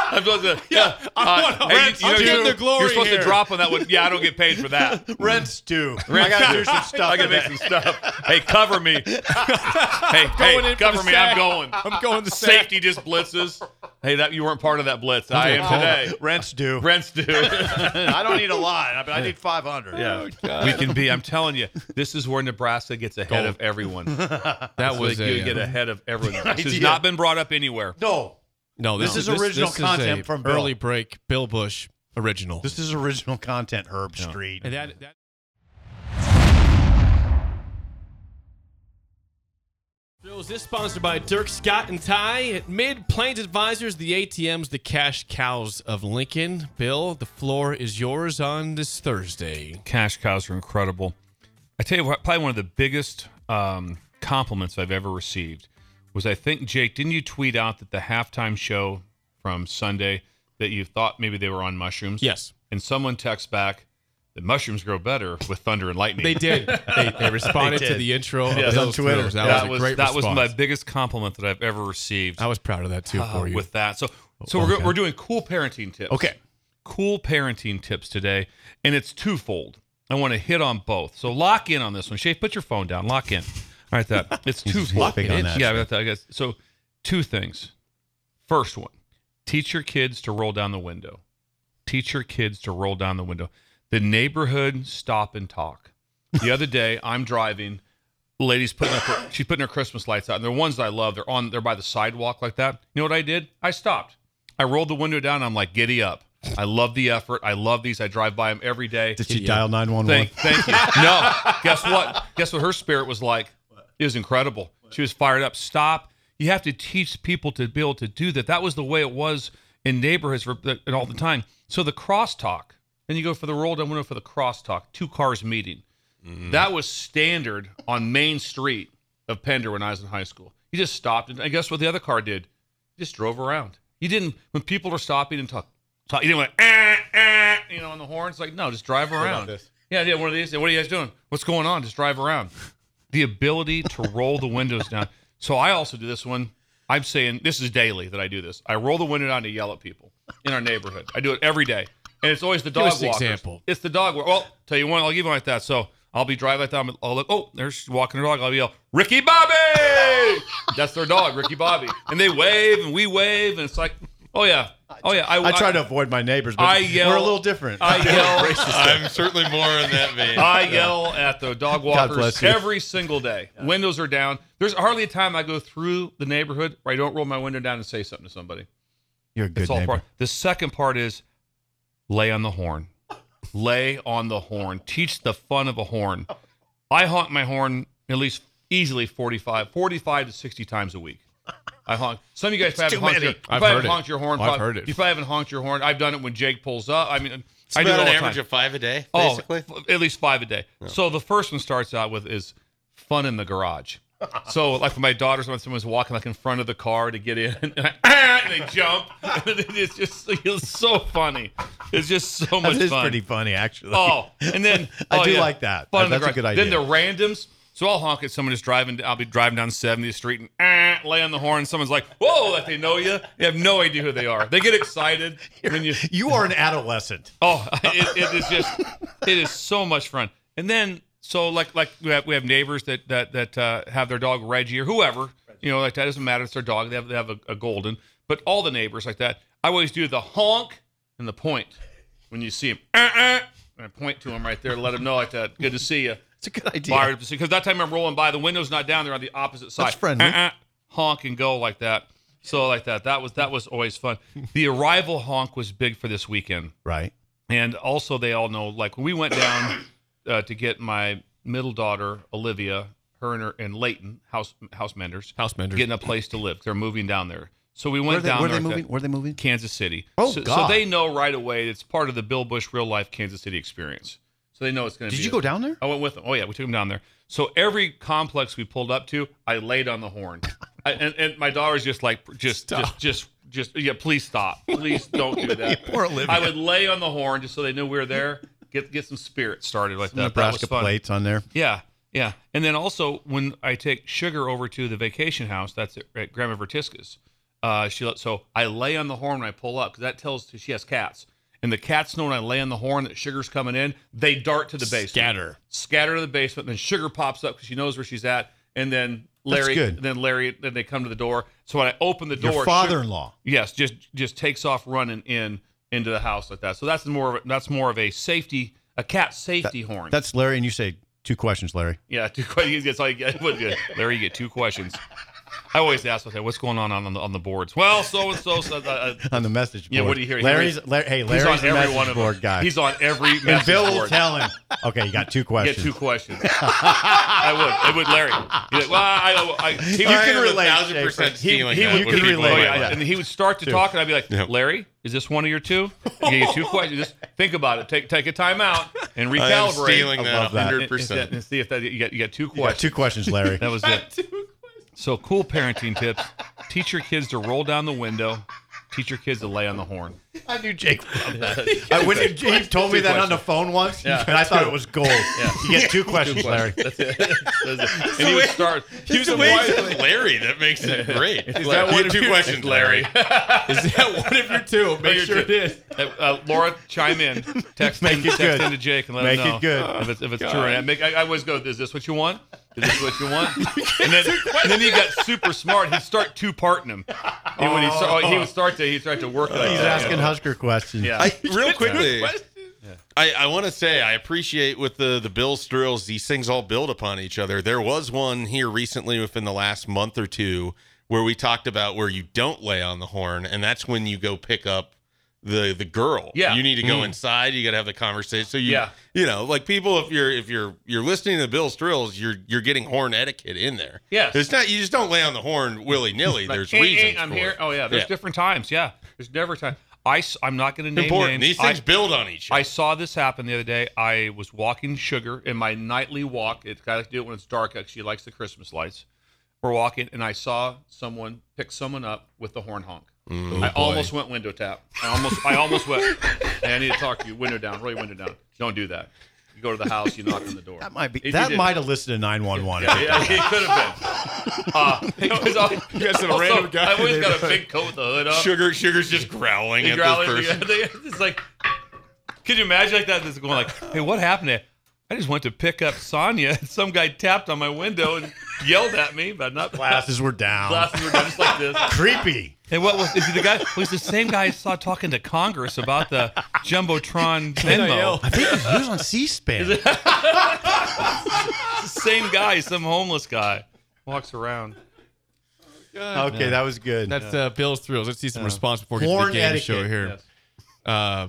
E: I'm supposed to, yeah. Uh,
D: I wanna
E: hey,
D: rent- I'm getting
E: you're-
D: the glory
E: You're supposed
D: here.
E: to drop on that one. Yeah, I don't get paid for that.
C: Rents (laughs) too.
E: I gotta do some stuff. I gotta make some stuff. Hey, cover me. hey,
D: in
E: hey,
D: for
E: cover
D: the
E: me.
D: sack.
E: I'm going.
D: I'm going to safe.
E: Safety just blitzes. Hey, that you weren't part of that blitz. I
D: Okay,
E: am
D: call
E: today.
C: Rents due.
E: Brent's do.
C: I don't need a lot. I, mean, I need 500.
D: Oh,
E: Yeah, we can be. I'm telling you, this is where Nebraska gets ahead of (laughs) everyone. That
D: That was
E: you
D: a,
E: get ahead of everyone.
D: (laughs)
E: This has
C: idea.
E: not been brought up anywhere.
C: No.
D: no. This,
C: This is original
D: a
C: content from Bill.
D: early break. Bill Bush original.
C: This is original content, Herb Street.
D: And that- that- Bills is sponsored by Dirk Scott and Ty at Mid Plains Advisors, the ATMs, the cash cows of Lincoln. Bill, the floor is yours on this Thursday.
E: Cash cows are incredible. I tell you what, probably one of the biggest um, compliments I've ever received was I think Jake, didn't you tweet out that the halftime show from Sunday that you thought maybe they were on mushrooms.
D: Yes.
E: And someone texts back, the mushrooms grow better with thunder and lightning.
D: They did. They, they responded
C: They
D: to
C: did.
D: the intro of
E: Yes,
D: Bill's
E: on
C: Twitter.
D: Thrillers. That, was a great
E: that
D: response.
E: was my biggest compliment that I've ever received.
D: I was proud of that too
E: uh,
D: for you.
E: with that. So so we're, go- we're doing cool parenting tips.
C: Okay.
E: Cool parenting tips today, and it's twofold. I want to hit on both. So lock in on this one. Shafe, put your phone down. Lock in. All right, that
C: (laughs)
E: it's twofold.
C: big on that.
E: Yeah, I got that, I guess. So two things. First one, teach your kids to roll down the window. Teach your kids to roll down the window. The neighborhood stop and talk. The other day, I'm driving lady's putting up her, she's putting her Christmas lights out, and they're ones that I love. They're on, they're by the sidewalk like that. You know what I did? I stopped. I rolled the window down. I'm like, giddy up. I love the effort. I love these. I drive by them every day.
C: Did she dial nine one one?
E: Thank, thank you. No, guess what? Guess what? Her spirit was like. It was incredible. She was fired up. Stop. You have to teach people to be able to do that. That was the way it was in neighborhoods for, and all the time. So the crosstalk. Then you go for the roll down window for the crosstalk. Two cars meeting. Mm-hmm. That was standard on Main Street of Pender when I was in high school. You just stopped, and I guess what the other car did? You just drove around. You didn't when people are stopping and talk. talk you didn't went eh, eh, you know on the horn. It's like no, just drive around. Yeah, I did one of these. What are you guys doing? What's going on? Just drive around. The ability to roll the windows down. So I also do this one. I'm saying this is daily that I do this. I roll the window down to yell at people in our neighborhood. I do it every day, and it's always the dog
D: Give us an
E: walkers.
D: example.
E: It's the dog. Walk- well, tell you one. I'll give you one like that. So I'll be driving like that. I'm- I'll look. Oh, there's walking her dog. I'll yell, Ricky Bobby. That's their dog, Ricky Bobby. And they wave and we wave, and it's like, oh yeah, oh yeah.
C: I try to avoid my neighbors, but
E: I yell-
C: we're a little different. (laughs)
E: I yell.
F: I'm certainly more in that vein.
E: (laughs) I yell at the dog walkers
C: bless you.
E: every single day. Windows are down. There's hardly a time I go through the neighborhood where I don't roll my window down and say something to somebody.
C: You're a good
E: It's all
C: neighbor.
E: part. The second part is lay on the horn. Lay on the horn. Teach the fun of a horn. I honk my horn at least easily 45, 45 to 60 times a week. I honk. Some of you guys probably
C: too
E: haven't honked
C: many.
E: your, you
D: I've
E: probably
D: heard
E: haven't
D: it.
E: honked your horn.
D: I've
E: probably-
D: heard it.
E: You probably haven't honked your horn. I've done it when Jake pulls up. I mean,
F: It's
E: I do it
F: about
E: all
F: an
E: the
F: average
E: time.
F: of five a day,
E: Oh,
F: basically.
E: f- at least five a day. So the first one starts out with is fun in the garage. So like for my daughters, when someone's walking like in front of the car to get in, (laughs) and, I, ah, and they jump, (laughs) it's just it's so funny. It's just so much
C: That is
E: fun.
C: pretty funny, actually.
E: Oh, and then
C: (laughs) I
E: oh,
C: do
E: yeah.
C: like that.
E: Fun in the
C: That's a
E: garage.
C: good idea.
E: Then the randoms. So I'll honk at someone who's driving. I'll be driving down 70th Street and ah, lay on the horn. Someone's like, "Whoa!" Like they know you. They have no idea who they are. They
C: (laughs)
E: get excited when you
C: you are an adolescent.
E: Oh, (laughs) it, it is just it is so much fun. And then so like like we have we have neighbors that that that uh, have their dog Reggie or whoever you know like that doesn't matter. It's their dog. They have they have a, a golden. But all the neighbors like that, I always do the honk and the point when you see him. Uh-uh, and I point to him right there to let him know like that. Good to see you.
C: It's a good (laughs) idea.
E: Fired up to see because that time I'm rolling by, the window's not down. They're on the opposite side.
C: That's friendly.
E: Uh-uh, honk and go like that. So like that. That was that was always fun. The arrival honk was big for this weekend.
C: Right.
E: And also, they all know. Like when we went down (coughs) uh, to get my middle daughter Olivia, her and, her, and Leighton house house menders,
D: House menders.
E: getting a place to live. They're moving down there, so we
C: Where are
E: went
C: they,
E: down
C: where
E: there.
C: they
E: to
C: moving? Where are they moving?
E: Kansas City.
C: Oh,
E: so,
C: God.
E: So they know right away it's part of the Bill Bush real life Kansas City experience. So they know it's going to.
C: Did
E: be
C: you
E: a-
C: go down there?
E: I went with them. Oh yeah, we took them down there. So every complex we pulled up to, I laid on the horn, I, and, and my daughter's just like, just, just, just, just, yeah, please stop, please don't do that.
C: poor Olivia.
E: I would lay on the horn just so they knew we were there. Get get some spirit started like that.
C: Nebraska
E: that was fun.
C: plates on there.
E: Yeah, yeah. And then also when I take sugar over to the vacation house, that's at, at Grandma Vertiska's. Uh, she let- so I lay on the horn when I pull up because that tells she has cats, and the cats know when I lay on the horn that sugar's coming in. They dart to the basement,
D: Scatter.
E: scatter to the basement. Then sugar pops up because she knows where she's at, and then Larry,
C: good.
E: then Larry, then they come to the door. So when I open the door,
C: Your
E: Sugar-
C: father-in-law.
E: Yes, just just takes off running in into the house like that. So that's more of a, that's more of a safety a cat safety horn.
C: That's Larry, and you say two questions, Larry. (laughs)
E: Yeah, (laughs) two questions. That's all you get. (laughs) What, yeah, Larry, you get two questions. I always ask, okay, what's going on on the, on the boards? Well, so and so. so, uh, uh,
C: on the message board.
E: Yeah, what do you hear?
C: Larry's,
E: He's-
C: Larry, hey,
E: He's
C: Larry's
E: on
C: the
E: every
C: message
E: one of
C: board
E: them.
C: guy.
E: He's on every
C: and
E: message
C: Bill will
E: board.
C: tell him, okay, you got
E: (laughs)
C: two
E: Get
C: questions.
E: two questions. (laughs) I would. I would, Larry. He's like, well, I, I, I, he
F: You
E: would-
F: can
C: relate,
F: relate. Thousand
C: Schaefer.
F: percent
C: He-
F: stealing.
C: he
F: that
C: would-
F: would
C: you
F: be
C: can relate,
E: Oh,
F: my
E: yeah.
F: way.
E: And he would start to talk, and I'd be like,
F: Yeah.
E: Larry, is this one of your two? I gave you two questions. Just think about it. Take take a time out and
F: I am
E: recalibrate.
F: stealing
C: I
F: that
C: love that.
F: hundred
E: and, and,
F: percent.
E: and see if that you got you got two
C: You got
E: questions.
C: two questions, Larry.
E: That was it. So cool parenting tips. Teach your kids to roll down the window. Teach your kids to lay on the horn.
C: I knew Jake. loved
E: (laughs)
C: that. I, when he, he told me that on the phone once, and I thought it was gold. You get two questions, Larry.
E: That's it. That's it. And he would start. He was a
F: Why
E: wise-
F: is Larry? That makes it great. (laughs) Is
D: that one of
F: two
D: your-
F: questions, Larry.
D: Is that one of your two? Make sure it is.
E: Uh, uh, Laura, chime in. Text
C: Make
E: in,
C: it
E: text
C: good.
E: in to Jake and let
C: Make
E: him know
C: it good.
E: if it's, if it's true. And I, make, I, I always go, "Is this what you want? Is this what
C: (laughs)
E: you want?" and, then, and then he got super smart. He'd start two parting him. And when he, saw, he would start to he would start to work. Like
C: He's
E: that.
C: asking Husker questions.
E: Yeah.
F: I, (laughs) real quickly, I, I want to say I appreciate with the the Bills drills. These things all build upon each other. There was one here recently within the last month or two where we talked about where you don't lay on the horn, and that's when you go pick up the the girl.
E: Yeah. Mm-hmm.
F: you need to go inside. You got to have the conversation. So you,
E: Yeah.
F: you know, like people, if you're if you're you're listening to the Bills drills, you're you're getting horn etiquette in there.
E: Yes.
F: it's not you just don't lay on the horn
E: (laughs)
F: willy nilly. There's
E: Hey, hey,
F: reasons.
E: I'm
F: for
E: here.
F: it.
E: Oh yeah, there's
F: Yeah.
E: different times. Yeah, there's different times. I am not going to name
F: important.
E: names.
F: These things
E: I-
F: build on each.
E: (laughs)
F: other.
E: I saw this happen the other day. I was walking Sugar in my nightly walk. It's I like to do it when it's dark because she likes the Christmas lights. We're walking, and I saw someone pick someone up with the horn honk.
D: Mm-hmm. Oh,
E: I almost went window tap. I almost, I almost went. Hey, I need to talk to you. Window down, really window down. Don't do that. You go to the house, you knock on the door.
C: That might be.
E: If you
C: that
E: did-
C: might have listened to nine one one.
E: Yeah, he could have
C: (laughs)
E: been. Uh, it was all, you
D: got some (laughs) random guy
E: (laughs) I always
D: they
E: got a big coat with the hood up.
F: Sugar, sugar's just growling
E: The
F: at
E: growlers,
F: this person.
E: they- they- (laughs) it's like, could you imagine like that? This going like, hey, what happened? There? I just went to pick up Sonya, (laughs) and some guy tapped on my window and yelled at me, but not (laughs)
C: Glasses were down.
E: Glasses were down just like this.
C: Creepy.
E: And what was is he the guy? Was the same guy I saw talking to Congress about the
C: (laughs)
E: jumbotron Venmo?
C: I think he was on C-SPAN.
E: Same guy, some homeless guy walks around.
C: Okay, that was good.
D: That's uh, Bill's thrills. Let's see some response before we get to
C: Horn
D: the game
C: etiquette.
D: show here. Uh,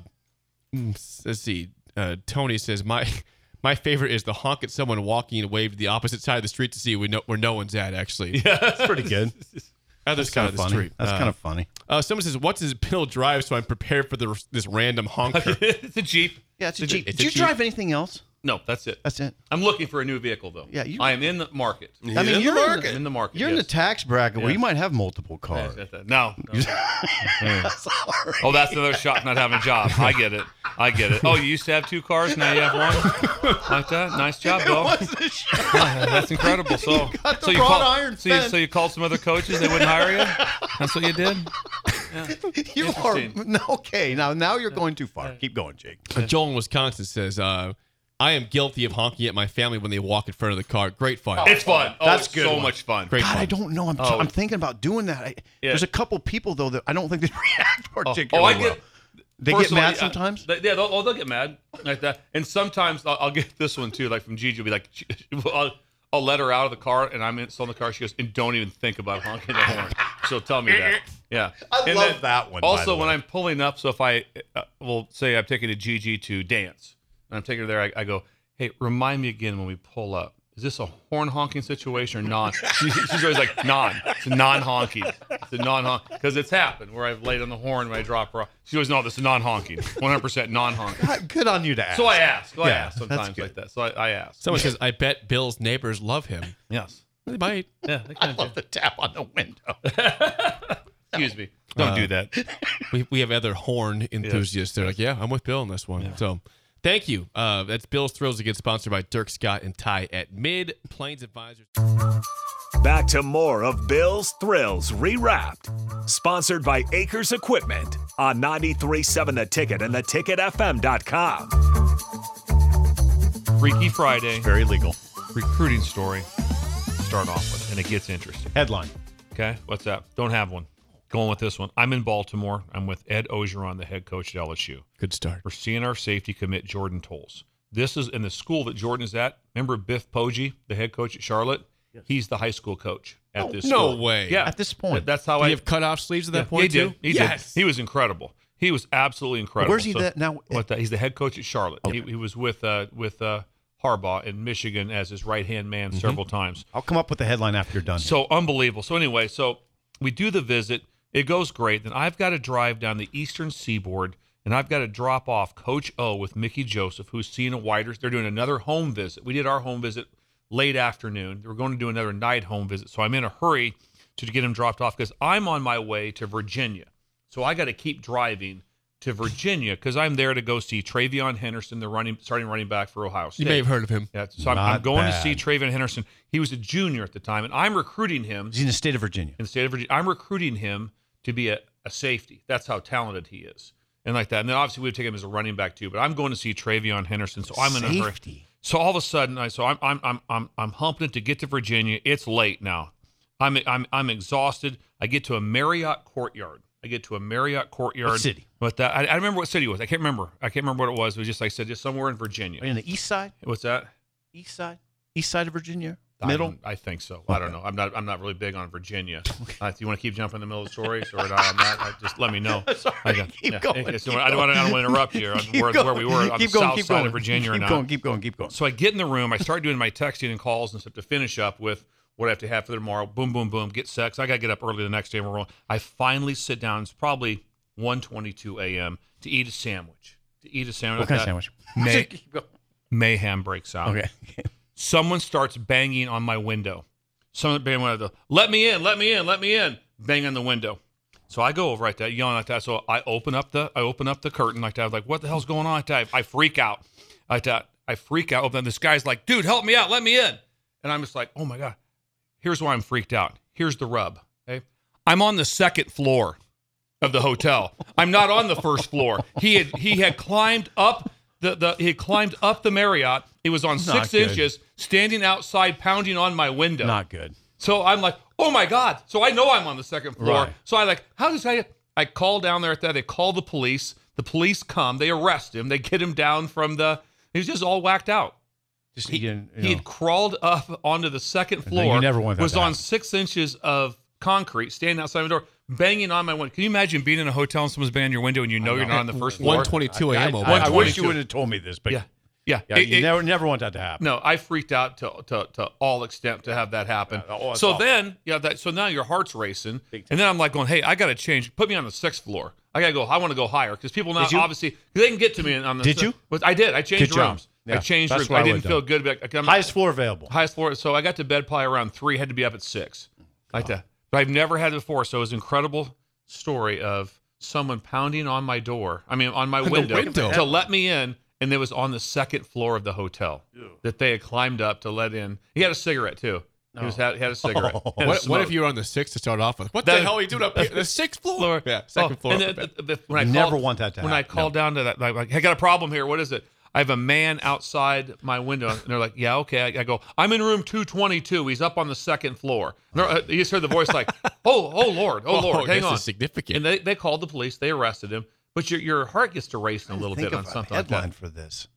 D: mm, s- let's see. Uh, Tony says my (laughs) my favorite is the honk at someone walking and wave to the opposite side of the street to see we know, where no one's at. Actually, yeah,
C: That's pretty good.
D: other
C: That's
D: side
C: kind
D: of
C: of
D: the
C: funny.
D: street.
C: That's
D: Uh,
C: kind of funny.
D: Uh, someone says, "What's his Bill drive?" So I'm prepared for the, this random honker.
E: (laughs) it's a jeep.
C: Yeah, it's a
E: It's a-
C: Jeep.
E: it's
C: Did
E: a
C: you
E: Jeep.
C: drive anything else?
E: No, that's it.
C: That's it.
E: I'm looking for a new vehicle though.
C: Yeah, you-
E: I am in the market.
C: I mean,
F: in the
C: you're
E: I'm in the market.
C: You're in the
E: yes.
C: tax bracket where you might have multiple cars.
E: No. no. Oh, (laughs) that's another shot not having a job. I get it. I get it. Oh, you used to have two cars, now you have (laughs) one. Like that. Nice (laughs) job, Bill. That's incredible. So,
C: got the
E: so you
C: wrought
E: called,
C: iron
E: so you,
C: fence.
E: so you called some other coaches, they wouldn't hire you. That's what you did.
C: (laughs) you are
E: Interesting.
C: no, okay. Now, now you're going too far. Keep going, Jake.
D: Uh, Joel in Wisconsin says, uh, "I am guilty of honking at my family when they walk in front of the car. Great fun.
E: It's fun. Oh,
C: That's
E: it's
C: good
E: So
C: one.
E: much fun.
D: Great
C: God,
D: fun.
C: I don't know. I'm,
E: Oh.
C: I'm thinking about doing that. I,
E: Yeah.
C: There's a couple people though that I don't think they (laughs) react
E: Oh,
C: particularly
E: oh, I
C: well.
E: get. uh,
C: They
E: First
C: get
E: of all,
C: mad
E: yeah,
C: sometimes.
E: they- yeah, they'll, oh, they'll get mad like that. And sometimes I'll, I'll get this one too, like from Gigi. will be like, (laughs) she- I'll, I'll let her out of the car, and I'm in, still in the car. She goes, and don't even think about honking the horn. She'll tell me that. Yeah,
C: I
E: And
C: love that one, by
E: Also,
C: the way.
E: when I'm pulling up, so if I uh, will say I'm taking a Gigi to dance, and I'm taking her there, I, I go, hey, remind me again when we pull up. Is this a horn honking situation or non? (laughs) She- She's always like non. It's a non honking. It's a non honk because it's happened where I've laid on the horn when I drop her off. She goes, no, this is non honking. 100 percent non honking.
C: (laughs) Good on you to ask.
E: So I ask. So I
C: Yeah,
E: ask
C: that's
E: sometimes
C: good.
E: like that. So I, I ask.
D: Someone says, "I bet Bill's neighbors love him.
E: yes.
D: They might.
E: Yeah. They kind of
C: the tap on the window. Uh, (laughs)
E: excuse me. Don't do that.
D: we, we have other horn enthusiasts. They're like, yeah, I'm with Bill on this one. So thank you. Uh, that's Bill's Thrills again, sponsored by Dirk Scott and Ty at Mid Plains Advisors.
A: Back to more of Bill's Thrills Rewrapped, sponsored by Acres Equipment on 937 The Ticket and theticketfm.com.
E: Freaky Friday
C: Very legal
E: recruiting story. Start off with, and it gets interesting.
C: headline.
E: Okay, what's that? Don't have one. Going with this one. I'm in Baltimore. I'm with Ed Ogeron, the head coach at LSU.
D: Good start.
E: We're seeing our safety commit Jordan Tolles. This is in the school that Jordan is at. Remember Biff Poggi, the head coach at Charlotte? He's the high school coach at this
D: Oh, no
E: school.
D: way.
E: Yeah.
C: At this point.
E: That's how
D: Do
E: I
D: you have cutoff sleeves at that
E: Yeah,
D: point,
E: he
D: too?
E: Did. He
D: yes.
E: did. He was incredible. He was absolutely incredible.
C: Where's he that now?
E: What the, he's the head coach at Charlotte. He, he was with uh, with uh, Harbaugh in Michigan as his right hand man several times.
C: I'll come up with the headline after you're done.
E: So unbelievable. So anyway, so we do the visit. It goes great. Then I've got to drive down the eastern seaboard and I've got to drop off Coach O with Mickey Joseph, who's seeing a wider. They're doing another home visit. We did our home visit late afternoon. We're going to do another night home visit. So I'm in a hurry to get him dropped off because I'm on my way to Virginia. So I got to keep driving to Virginia because I'm there to go see Travion Henderson, the running starting running back for Ohio State.
D: You may have heard of him.
E: Yeah, so I'm, I'm
C: Not
E: going to
C: bad.
E: see Travion Henderson. He was a junior at the time, and I'm recruiting him
C: He's in the state of Virginia.
E: in the state of Virginia. I'm recruiting him to be a, a safety. That's how talented he is, and like that. And then obviously we would take him as a running back too. But I'm going to see Travion Henderson, so I'm in a hurry.
C: Safety.
E: So all of a sudden, I so I'm I'm I'm I'm I'm humping it to get to Virginia. It's late now. I'm I'm I'm exhausted. I get to a Marriott Courtyard. I get to a Marriott Courtyard.
C: What city?
E: But that I, I remember what city it was. I can't remember. I can't remember what it was. It was just like I said, just somewhere in Virginia.
C: In the east side?
E: What's that?
C: East side? East side of Virginia?
E: I
C: Middle?
E: don't- I, think so. I don't know. I'm not. I'm not really big
C: (laughs)
E: on Virginia. Uh, do you want to keep jumping in the middle of the story, so we're not on that? I- just let me
C: (laughs)
E: know. I got-
C: Keep
E: yeah,
C: going,
E: it's-
C: keep
E: I don't, want to- I don't want to interrupt you on
C: (laughs) Keep
E: where,
C: going.
E: where we were on
C: Keep
E: the
C: going,
E: south
C: keep
E: side
C: going.
E: of Virginia or
C: keep
E: not.
C: Going, keep going, keep going.
E: So I get in the room. I start doing my texting and calls and stuff to finish up with what I have to have for tomorrow. Boom, boom, boom. Get sex. I got to get up early the next day. and We're rolling. I finally sit down. It's probably 1.22 a.m. to eat a sandwich. To eat a sandwich.
C: what kind of
E: That-
C: sandwich? (laughs)
E: May- mayhem breaks out.
C: Okay.
E: Someone starts banging on my window. Someone banging on the let me in, let me in, let me in. Bang on the window. So I go over like that, yelling like that. So I open up the I open up the curtain like that. I was like, what the hell's going on like that? I freak out. Like that. I freak out. Open up. This guy's like, dude, help me out, let me in. And I'm just like, oh my God. Here's why I'm freaked out. Here's the rub. Okay. I'm on the second floor of the hotel. I'm not on the first floor. He had he had climbed up the, the he had climbed up the Marriott. It was on six
C: good.
E: inches, standing outside, pounding on my window.
C: Not good.
E: So I'm like, oh my God. So I know I'm on the second floor.
C: Right.
E: So I like, how does I I call down there at that, they call the police. The police come, they arrest him, they get him down from the he was just all whacked out.
C: Just
E: He,
C: he, didn't, you
E: he
C: know.
E: had crawled up onto the second
C: No, you
E: floor.
C: never want that
E: was
C: to
E: on
C: happen.
E: six inches of concrete, standing outside my door, banging on my window. Can you imagine being in a hotel and someone's banging on your window and you know, you're not on the first floor?
D: 122 a.m.
C: I,
D: over
C: I
D: there.
C: wish you would have told me this, but
E: Yeah, yeah.
C: Yeah,
E: It-
C: you
E: it-
C: never, never want that to happen.
E: no, I freaked out to to, to all extent to have that happen.
C: Yeah, oh, it's
E: so
C: awful.
E: then, yeah, that so now your heart's racing, and then I'm like going, hey, I got to change. Put me on the sixth floor. I gotta go. I want to go higher because people now
C: Did you?
E: obviously they can get to me. On the
C: Did
E: sixth-
C: you?
E: But I did. I changed
C: Good job.
E: rooms. I
C: Yeah,
E: changed
C: that's
E: rooms.
C: what
E: I
C: I
E: didn't
C: would've
E: feel
C: done.
E: good. but I'm-
C: Highest floor available.
E: highest floor. So I got to bed probably around three. Had to be up at six, like that. But I've never had it before. So it was an incredible story of someone pounding on my door. I mean,
D: (laughs)
E: on my window,
D: window.
E: to let me in, and it was on the second floor of the hotel that they had climbed up to let in. He had a cigarette too. He was had, he had a
D: (laughs)
E: cigarette. Had a
D: What, what
E: smoke.
D: if you were on the sixth to start off with? What
E: That-
D: the hell are you doing up here?
E: (laughs)
D: The sixth floor?
E: floor.
D: Yeah, second
E: Oh,
D: floor.
E: And then, the- the- when I
C: Never
E: called-
C: want that to
E: When I
C: happen.
E: call down to that, like, like, I got a problem here. What is it? I have a man outside my window, and they're like, "Yeah, okay." I, I go, "I'm in room 222. He's up on the second floor." And they're- uh, you just heard the voice like, (laughs) "Oh, oh Lord,
D: (laughs)
E: oh
D: Whoa,
E: Lord, hang
D: this
E: on."
D: is significant.
E: And they, they called the police. They arrested him. But your your heart gets to racing a little
C: Think
E: bit on
C: of a
E: something like
C: headline
E: that.
C: for this.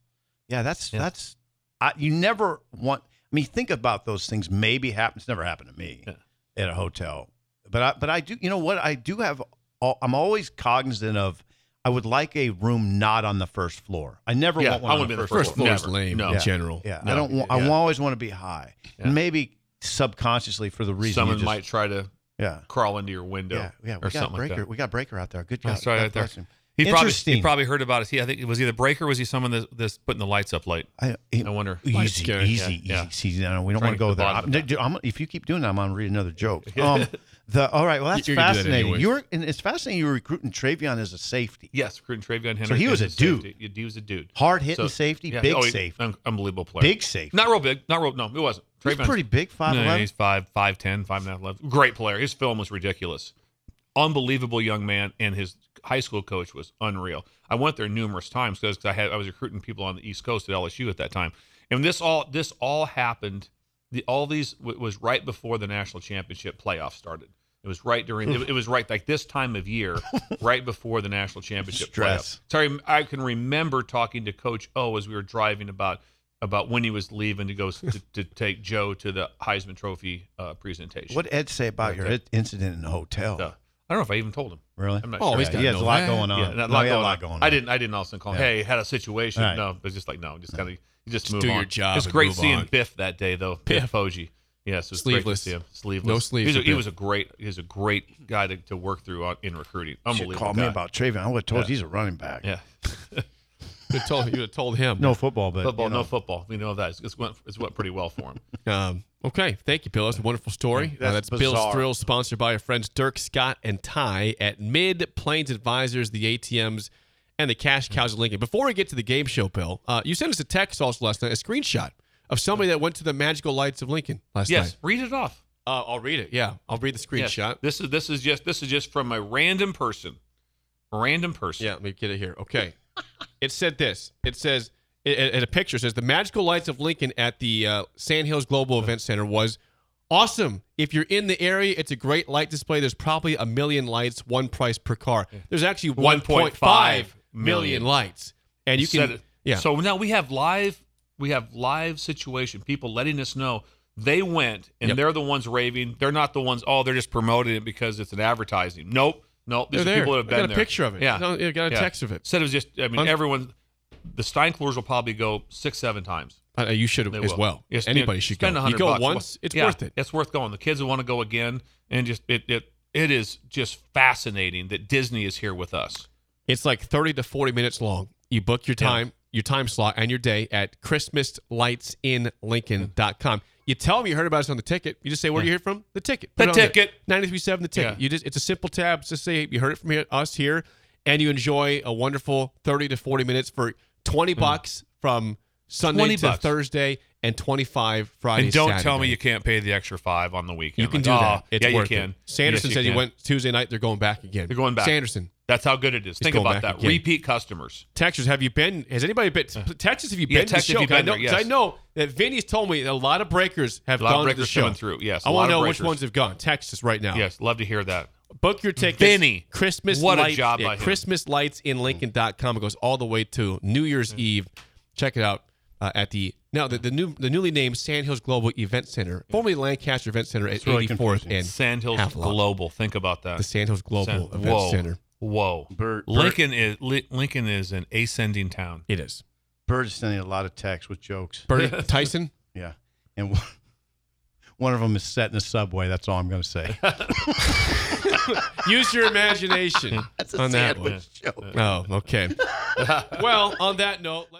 C: Yeah, that's that's. I, you never want. I mean, think about those things. Maybe happens. Never happened to me at a hotel. But I, but I do. You know what? I do have. al- I'm always cognizant of. I would like a room not on the first floor. I never
E: Yeah,
C: want one
E: I
C: on
E: wouldn't be
C: the
E: the
C: first.
D: First floor is
E: Never.
D: lame
E: No.
D: in
E: Yeah.
D: general.
C: Yeah,
E: No,
C: I don't. Want,
E: yeah.
C: I always want to be high.
E: Yeah.
C: Maybe subconsciously for the reason
E: Someone
C: you just-
E: might try to
C: Yeah.
E: crawl into your window.
C: Yeah, yeah, we
E: or
C: got
E: something like
C: breaker.
E: that.
C: we got breaker out there. Good
E: Oh,
C: guy.
E: sorry,
C: God
E: right there.
C: bless him.
E: He probably,
C: Interesting.
E: he probably heard about it. He, I think it was either Breaker or was he someone that's, that's putting the lights up late?
C: I, he-
E: I wonder.
D: Life's
C: Easy,
D: scary.
C: easy, easy.
E: Yeah, yeah.
C: See, no, no, we don't
E: Trying
C: want to
E: to get
C: go
E: the
C: there.
E: bottom
C: I'm,
E: of that.
C: dude, I'm, if you keep doing that, I'm gonna read another
E: (laughs)
C: joke. Um, the all right. Well, that's
D: You're gonna do that
C: fascinating.
D: anyway.
C: You're and it's fascinating. You're recruiting Travion as a safety.
E: Yes, recruiting Travion Henry.
C: So he was
E: as
C: a dude.
E: safety. Yeah, He was a dude. oh,
C: Hard hitting safety, big
E: he-
C: safety.
E: un- unbelievable player.
C: Big safety.
E: Not real big. Not real. No, it wasn't.
C: he's
E: Travion's-
C: pretty big.
E: No,
C: Five
E: no,
C: eleven.
E: he's five, five ten, five nine, eleven. Great player. His film was ridiculous. Unbelievable young man, and his high school coach was unreal. I went there numerous times because I had I was recruiting people on the East Coast at LSU at that time, and this all this all happened. The, all these w- was right before the national championship playoff started. It was right during.
C: Hmm.
E: It, it was right like this time of
C: (laughs)
E: year, right before the national championship
C: Stress.
E: playoff. Sorry, I can remember talking to Coach O as we were driving about about when he was leaving to go s- to, to take Joe to the Heisman Trophy uh, presentation.
C: What Ed say about your i- incident in the hotel?
E: So, I don't know if I even told him.
C: Really?
E: I'm not
D: Oh,
E: sure.
D: he's
E: I
D: got
C: he has a
D: no
C: lot
D: way.
C: going on.
E: yeah, not,
C: No,
E: lot
C: he had
E: going
C: a lot
E: on.
C: going on.
E: I didn't. I didn't also call. him, Hey, had a situation.
C: Right.
E: No, it was just like no, just kind of just, move
D: do
E: on.
D: your job
E: It's
D: and
E: great
D: move
E: seeing
D: on.
E: Biff that day though. Biff Oji. Yes, it was Great to
D: Sleeveless.
E: see him. Sleeveless.
D: No sleeves
E: He's a-
D: for
E: he
D: Biff.
E: was a great. He was a great guy to, to work through on, in recruiting.
C: Should
E: Unbelievable.
C: call me
E: guy.
C: about Travion. I would have told you he's a running back.
E: Yeah,
D: You would've told, you would've told him.
C: No football, but
E: football.
C: you know.
E: No football. We know that. It's, it's went. It's went pretty well for him.
D: Um, okay, thank you, Bill. That's a wonderful story. Uh, that's
C: That's
D: Bill's
C: bizarre.
D: Thrill, sponsored by our friends Dirk, Scott, and Ty at Mid Plains Advisors, the ATMs and the Cash Cows of Lincoln. Before we get to the game show, Bill, uh, you sent us a text also last night, a screenshot of somebody that went to the Magical Lights of Lincoln last
E: Yes,
D: night.
E: read it off.
D: Uh, I'll read it. Yeah, I'll read the
E: Yes.
D: screenshot.
E: This is this is just this is just from a random person. Random person.
D: Yeah, let me get it here. Okay. it said this. It says, it, it, a picture says, the magical lights of Lincoln at the uh, Sand Hills Global Event Center was awesome. If you're in the area, it's a great light display. There's probably a million lights, one price per car. There's actually 1.5 million,
E: 1.5 million.
D: lights. And you
E: Said
D: can,
E: it.
D: yeah.
E: So now we have live we have live situation. People letting us know they went and
D: Yep.
E: they're the ones raving. They're not the ones. Oh, they're just promoting it because it's an advertising. Nope. Nope. These
D: They're
E: are people that
D: there.
E: have
D: I got a
E: been there.
D: picture of it.
E: Yeah.
D: No, I got a
E: Yeah.
D: text of it.
E: Instead of just. I mean,
D: Un-
E: everyone. The Steinklers will probably go six, seven times.
D: Uh, you should
E: They
D: as
E: will.
D: well.
E: Yes,
D: Anybody
E: you
D: should
E: spend
D: go.
E: 100
D: You go
E: bucks.
D: once, it's
E: Yeah,
D: worth it.
E: It's worth going. The kids want to go again, and just it, it it is just fascinating that Disney is here with us.
D: It's like 30 to 40 minutes long. You book your time, your time slot and your day at christmaslightsinlincoln.com. You tell them you heard about us on the ticket. You just say, where do you hear from? The ticket.
E: The
D: it on there.
E: ticket.
D: 937 the ticket.
E: Yeah.
D: You just it's a simple tab. Just say you heard it from here, us here and you enjoy a wonderful 30 to 40 minutes for 20 bucks from Sunday
E: 20
D: to
E: Hmm. bucks.
D: Thursday and 25 Friday
E: and don't tell
D: Saturday.
E: me you can't pay the extra five on the weekend.
D: you can
E: Like,
D: do that.
E: oh,
D: It's
E: yeah,
D: worth
E: you can.
D: it. Sanderson
E: Yes,
D: says
E: can.
D: you went Tuesday night. They're going back again.
E: They're going back.
D: Sanderson.
E: That's how good it is. Think
D: going back
E: about that.
D: again.
E: Repeat customers.
D: Texas, have you been? Has anybody been? Texas, have you been
E: Uh, Yeah,
D: to
E: Texas,
D: the show?
E: have you
D: 'Cause I
E: been
D: know,
E: there,
D: 'cause I
E: yes.
D: know that Vinny's told me that a lot of breakers have
E: A lot of
D: gone to the
E: breakers
D: show.
E: coming through, yes,
D: I
E: a
D: want to
E: lot of
D: know which
E: breakers.
D: ones have gone. Texas right now.
E: Yes, love to hear that.
D: Book your tickets.
E: Vinny,
D: Christmas
E: what a
D: lights,
E: job
D: yeah,
E: by him.
D: Christmas lights in Lincoln.com. It goes all the way to New Year's
E: Mm-hmm.
D: Eve. Check it out uh, at the now the, the new the newly named Sand Hills Global Event Center, formerly Lancaster Event Center at
C: really
D: 84th
C: confusing.
D: and
E: Sandhills
D: Havelock.
E: Global. Think about that.
D: the Sand Hills Global
E: Sand-
D: Event
E: whoa,
D: Center.
E: Whoa.
C: Bert-
E: Lincoln is Li- Lincoln is an ascending town.
D: It is.
C: Bird is sending a lot of texts with jokes.
E: (laughs)
D: Bernie Tyson.
C: Yeah, and (laughs) one- one of them is set in a subway. That's all I'm going to say.
D: Use your imagination
C: (laughs) That's a
D: on that one.
C: sandwich joke.
D: Oh, okay. (laughs) well, on that note. let-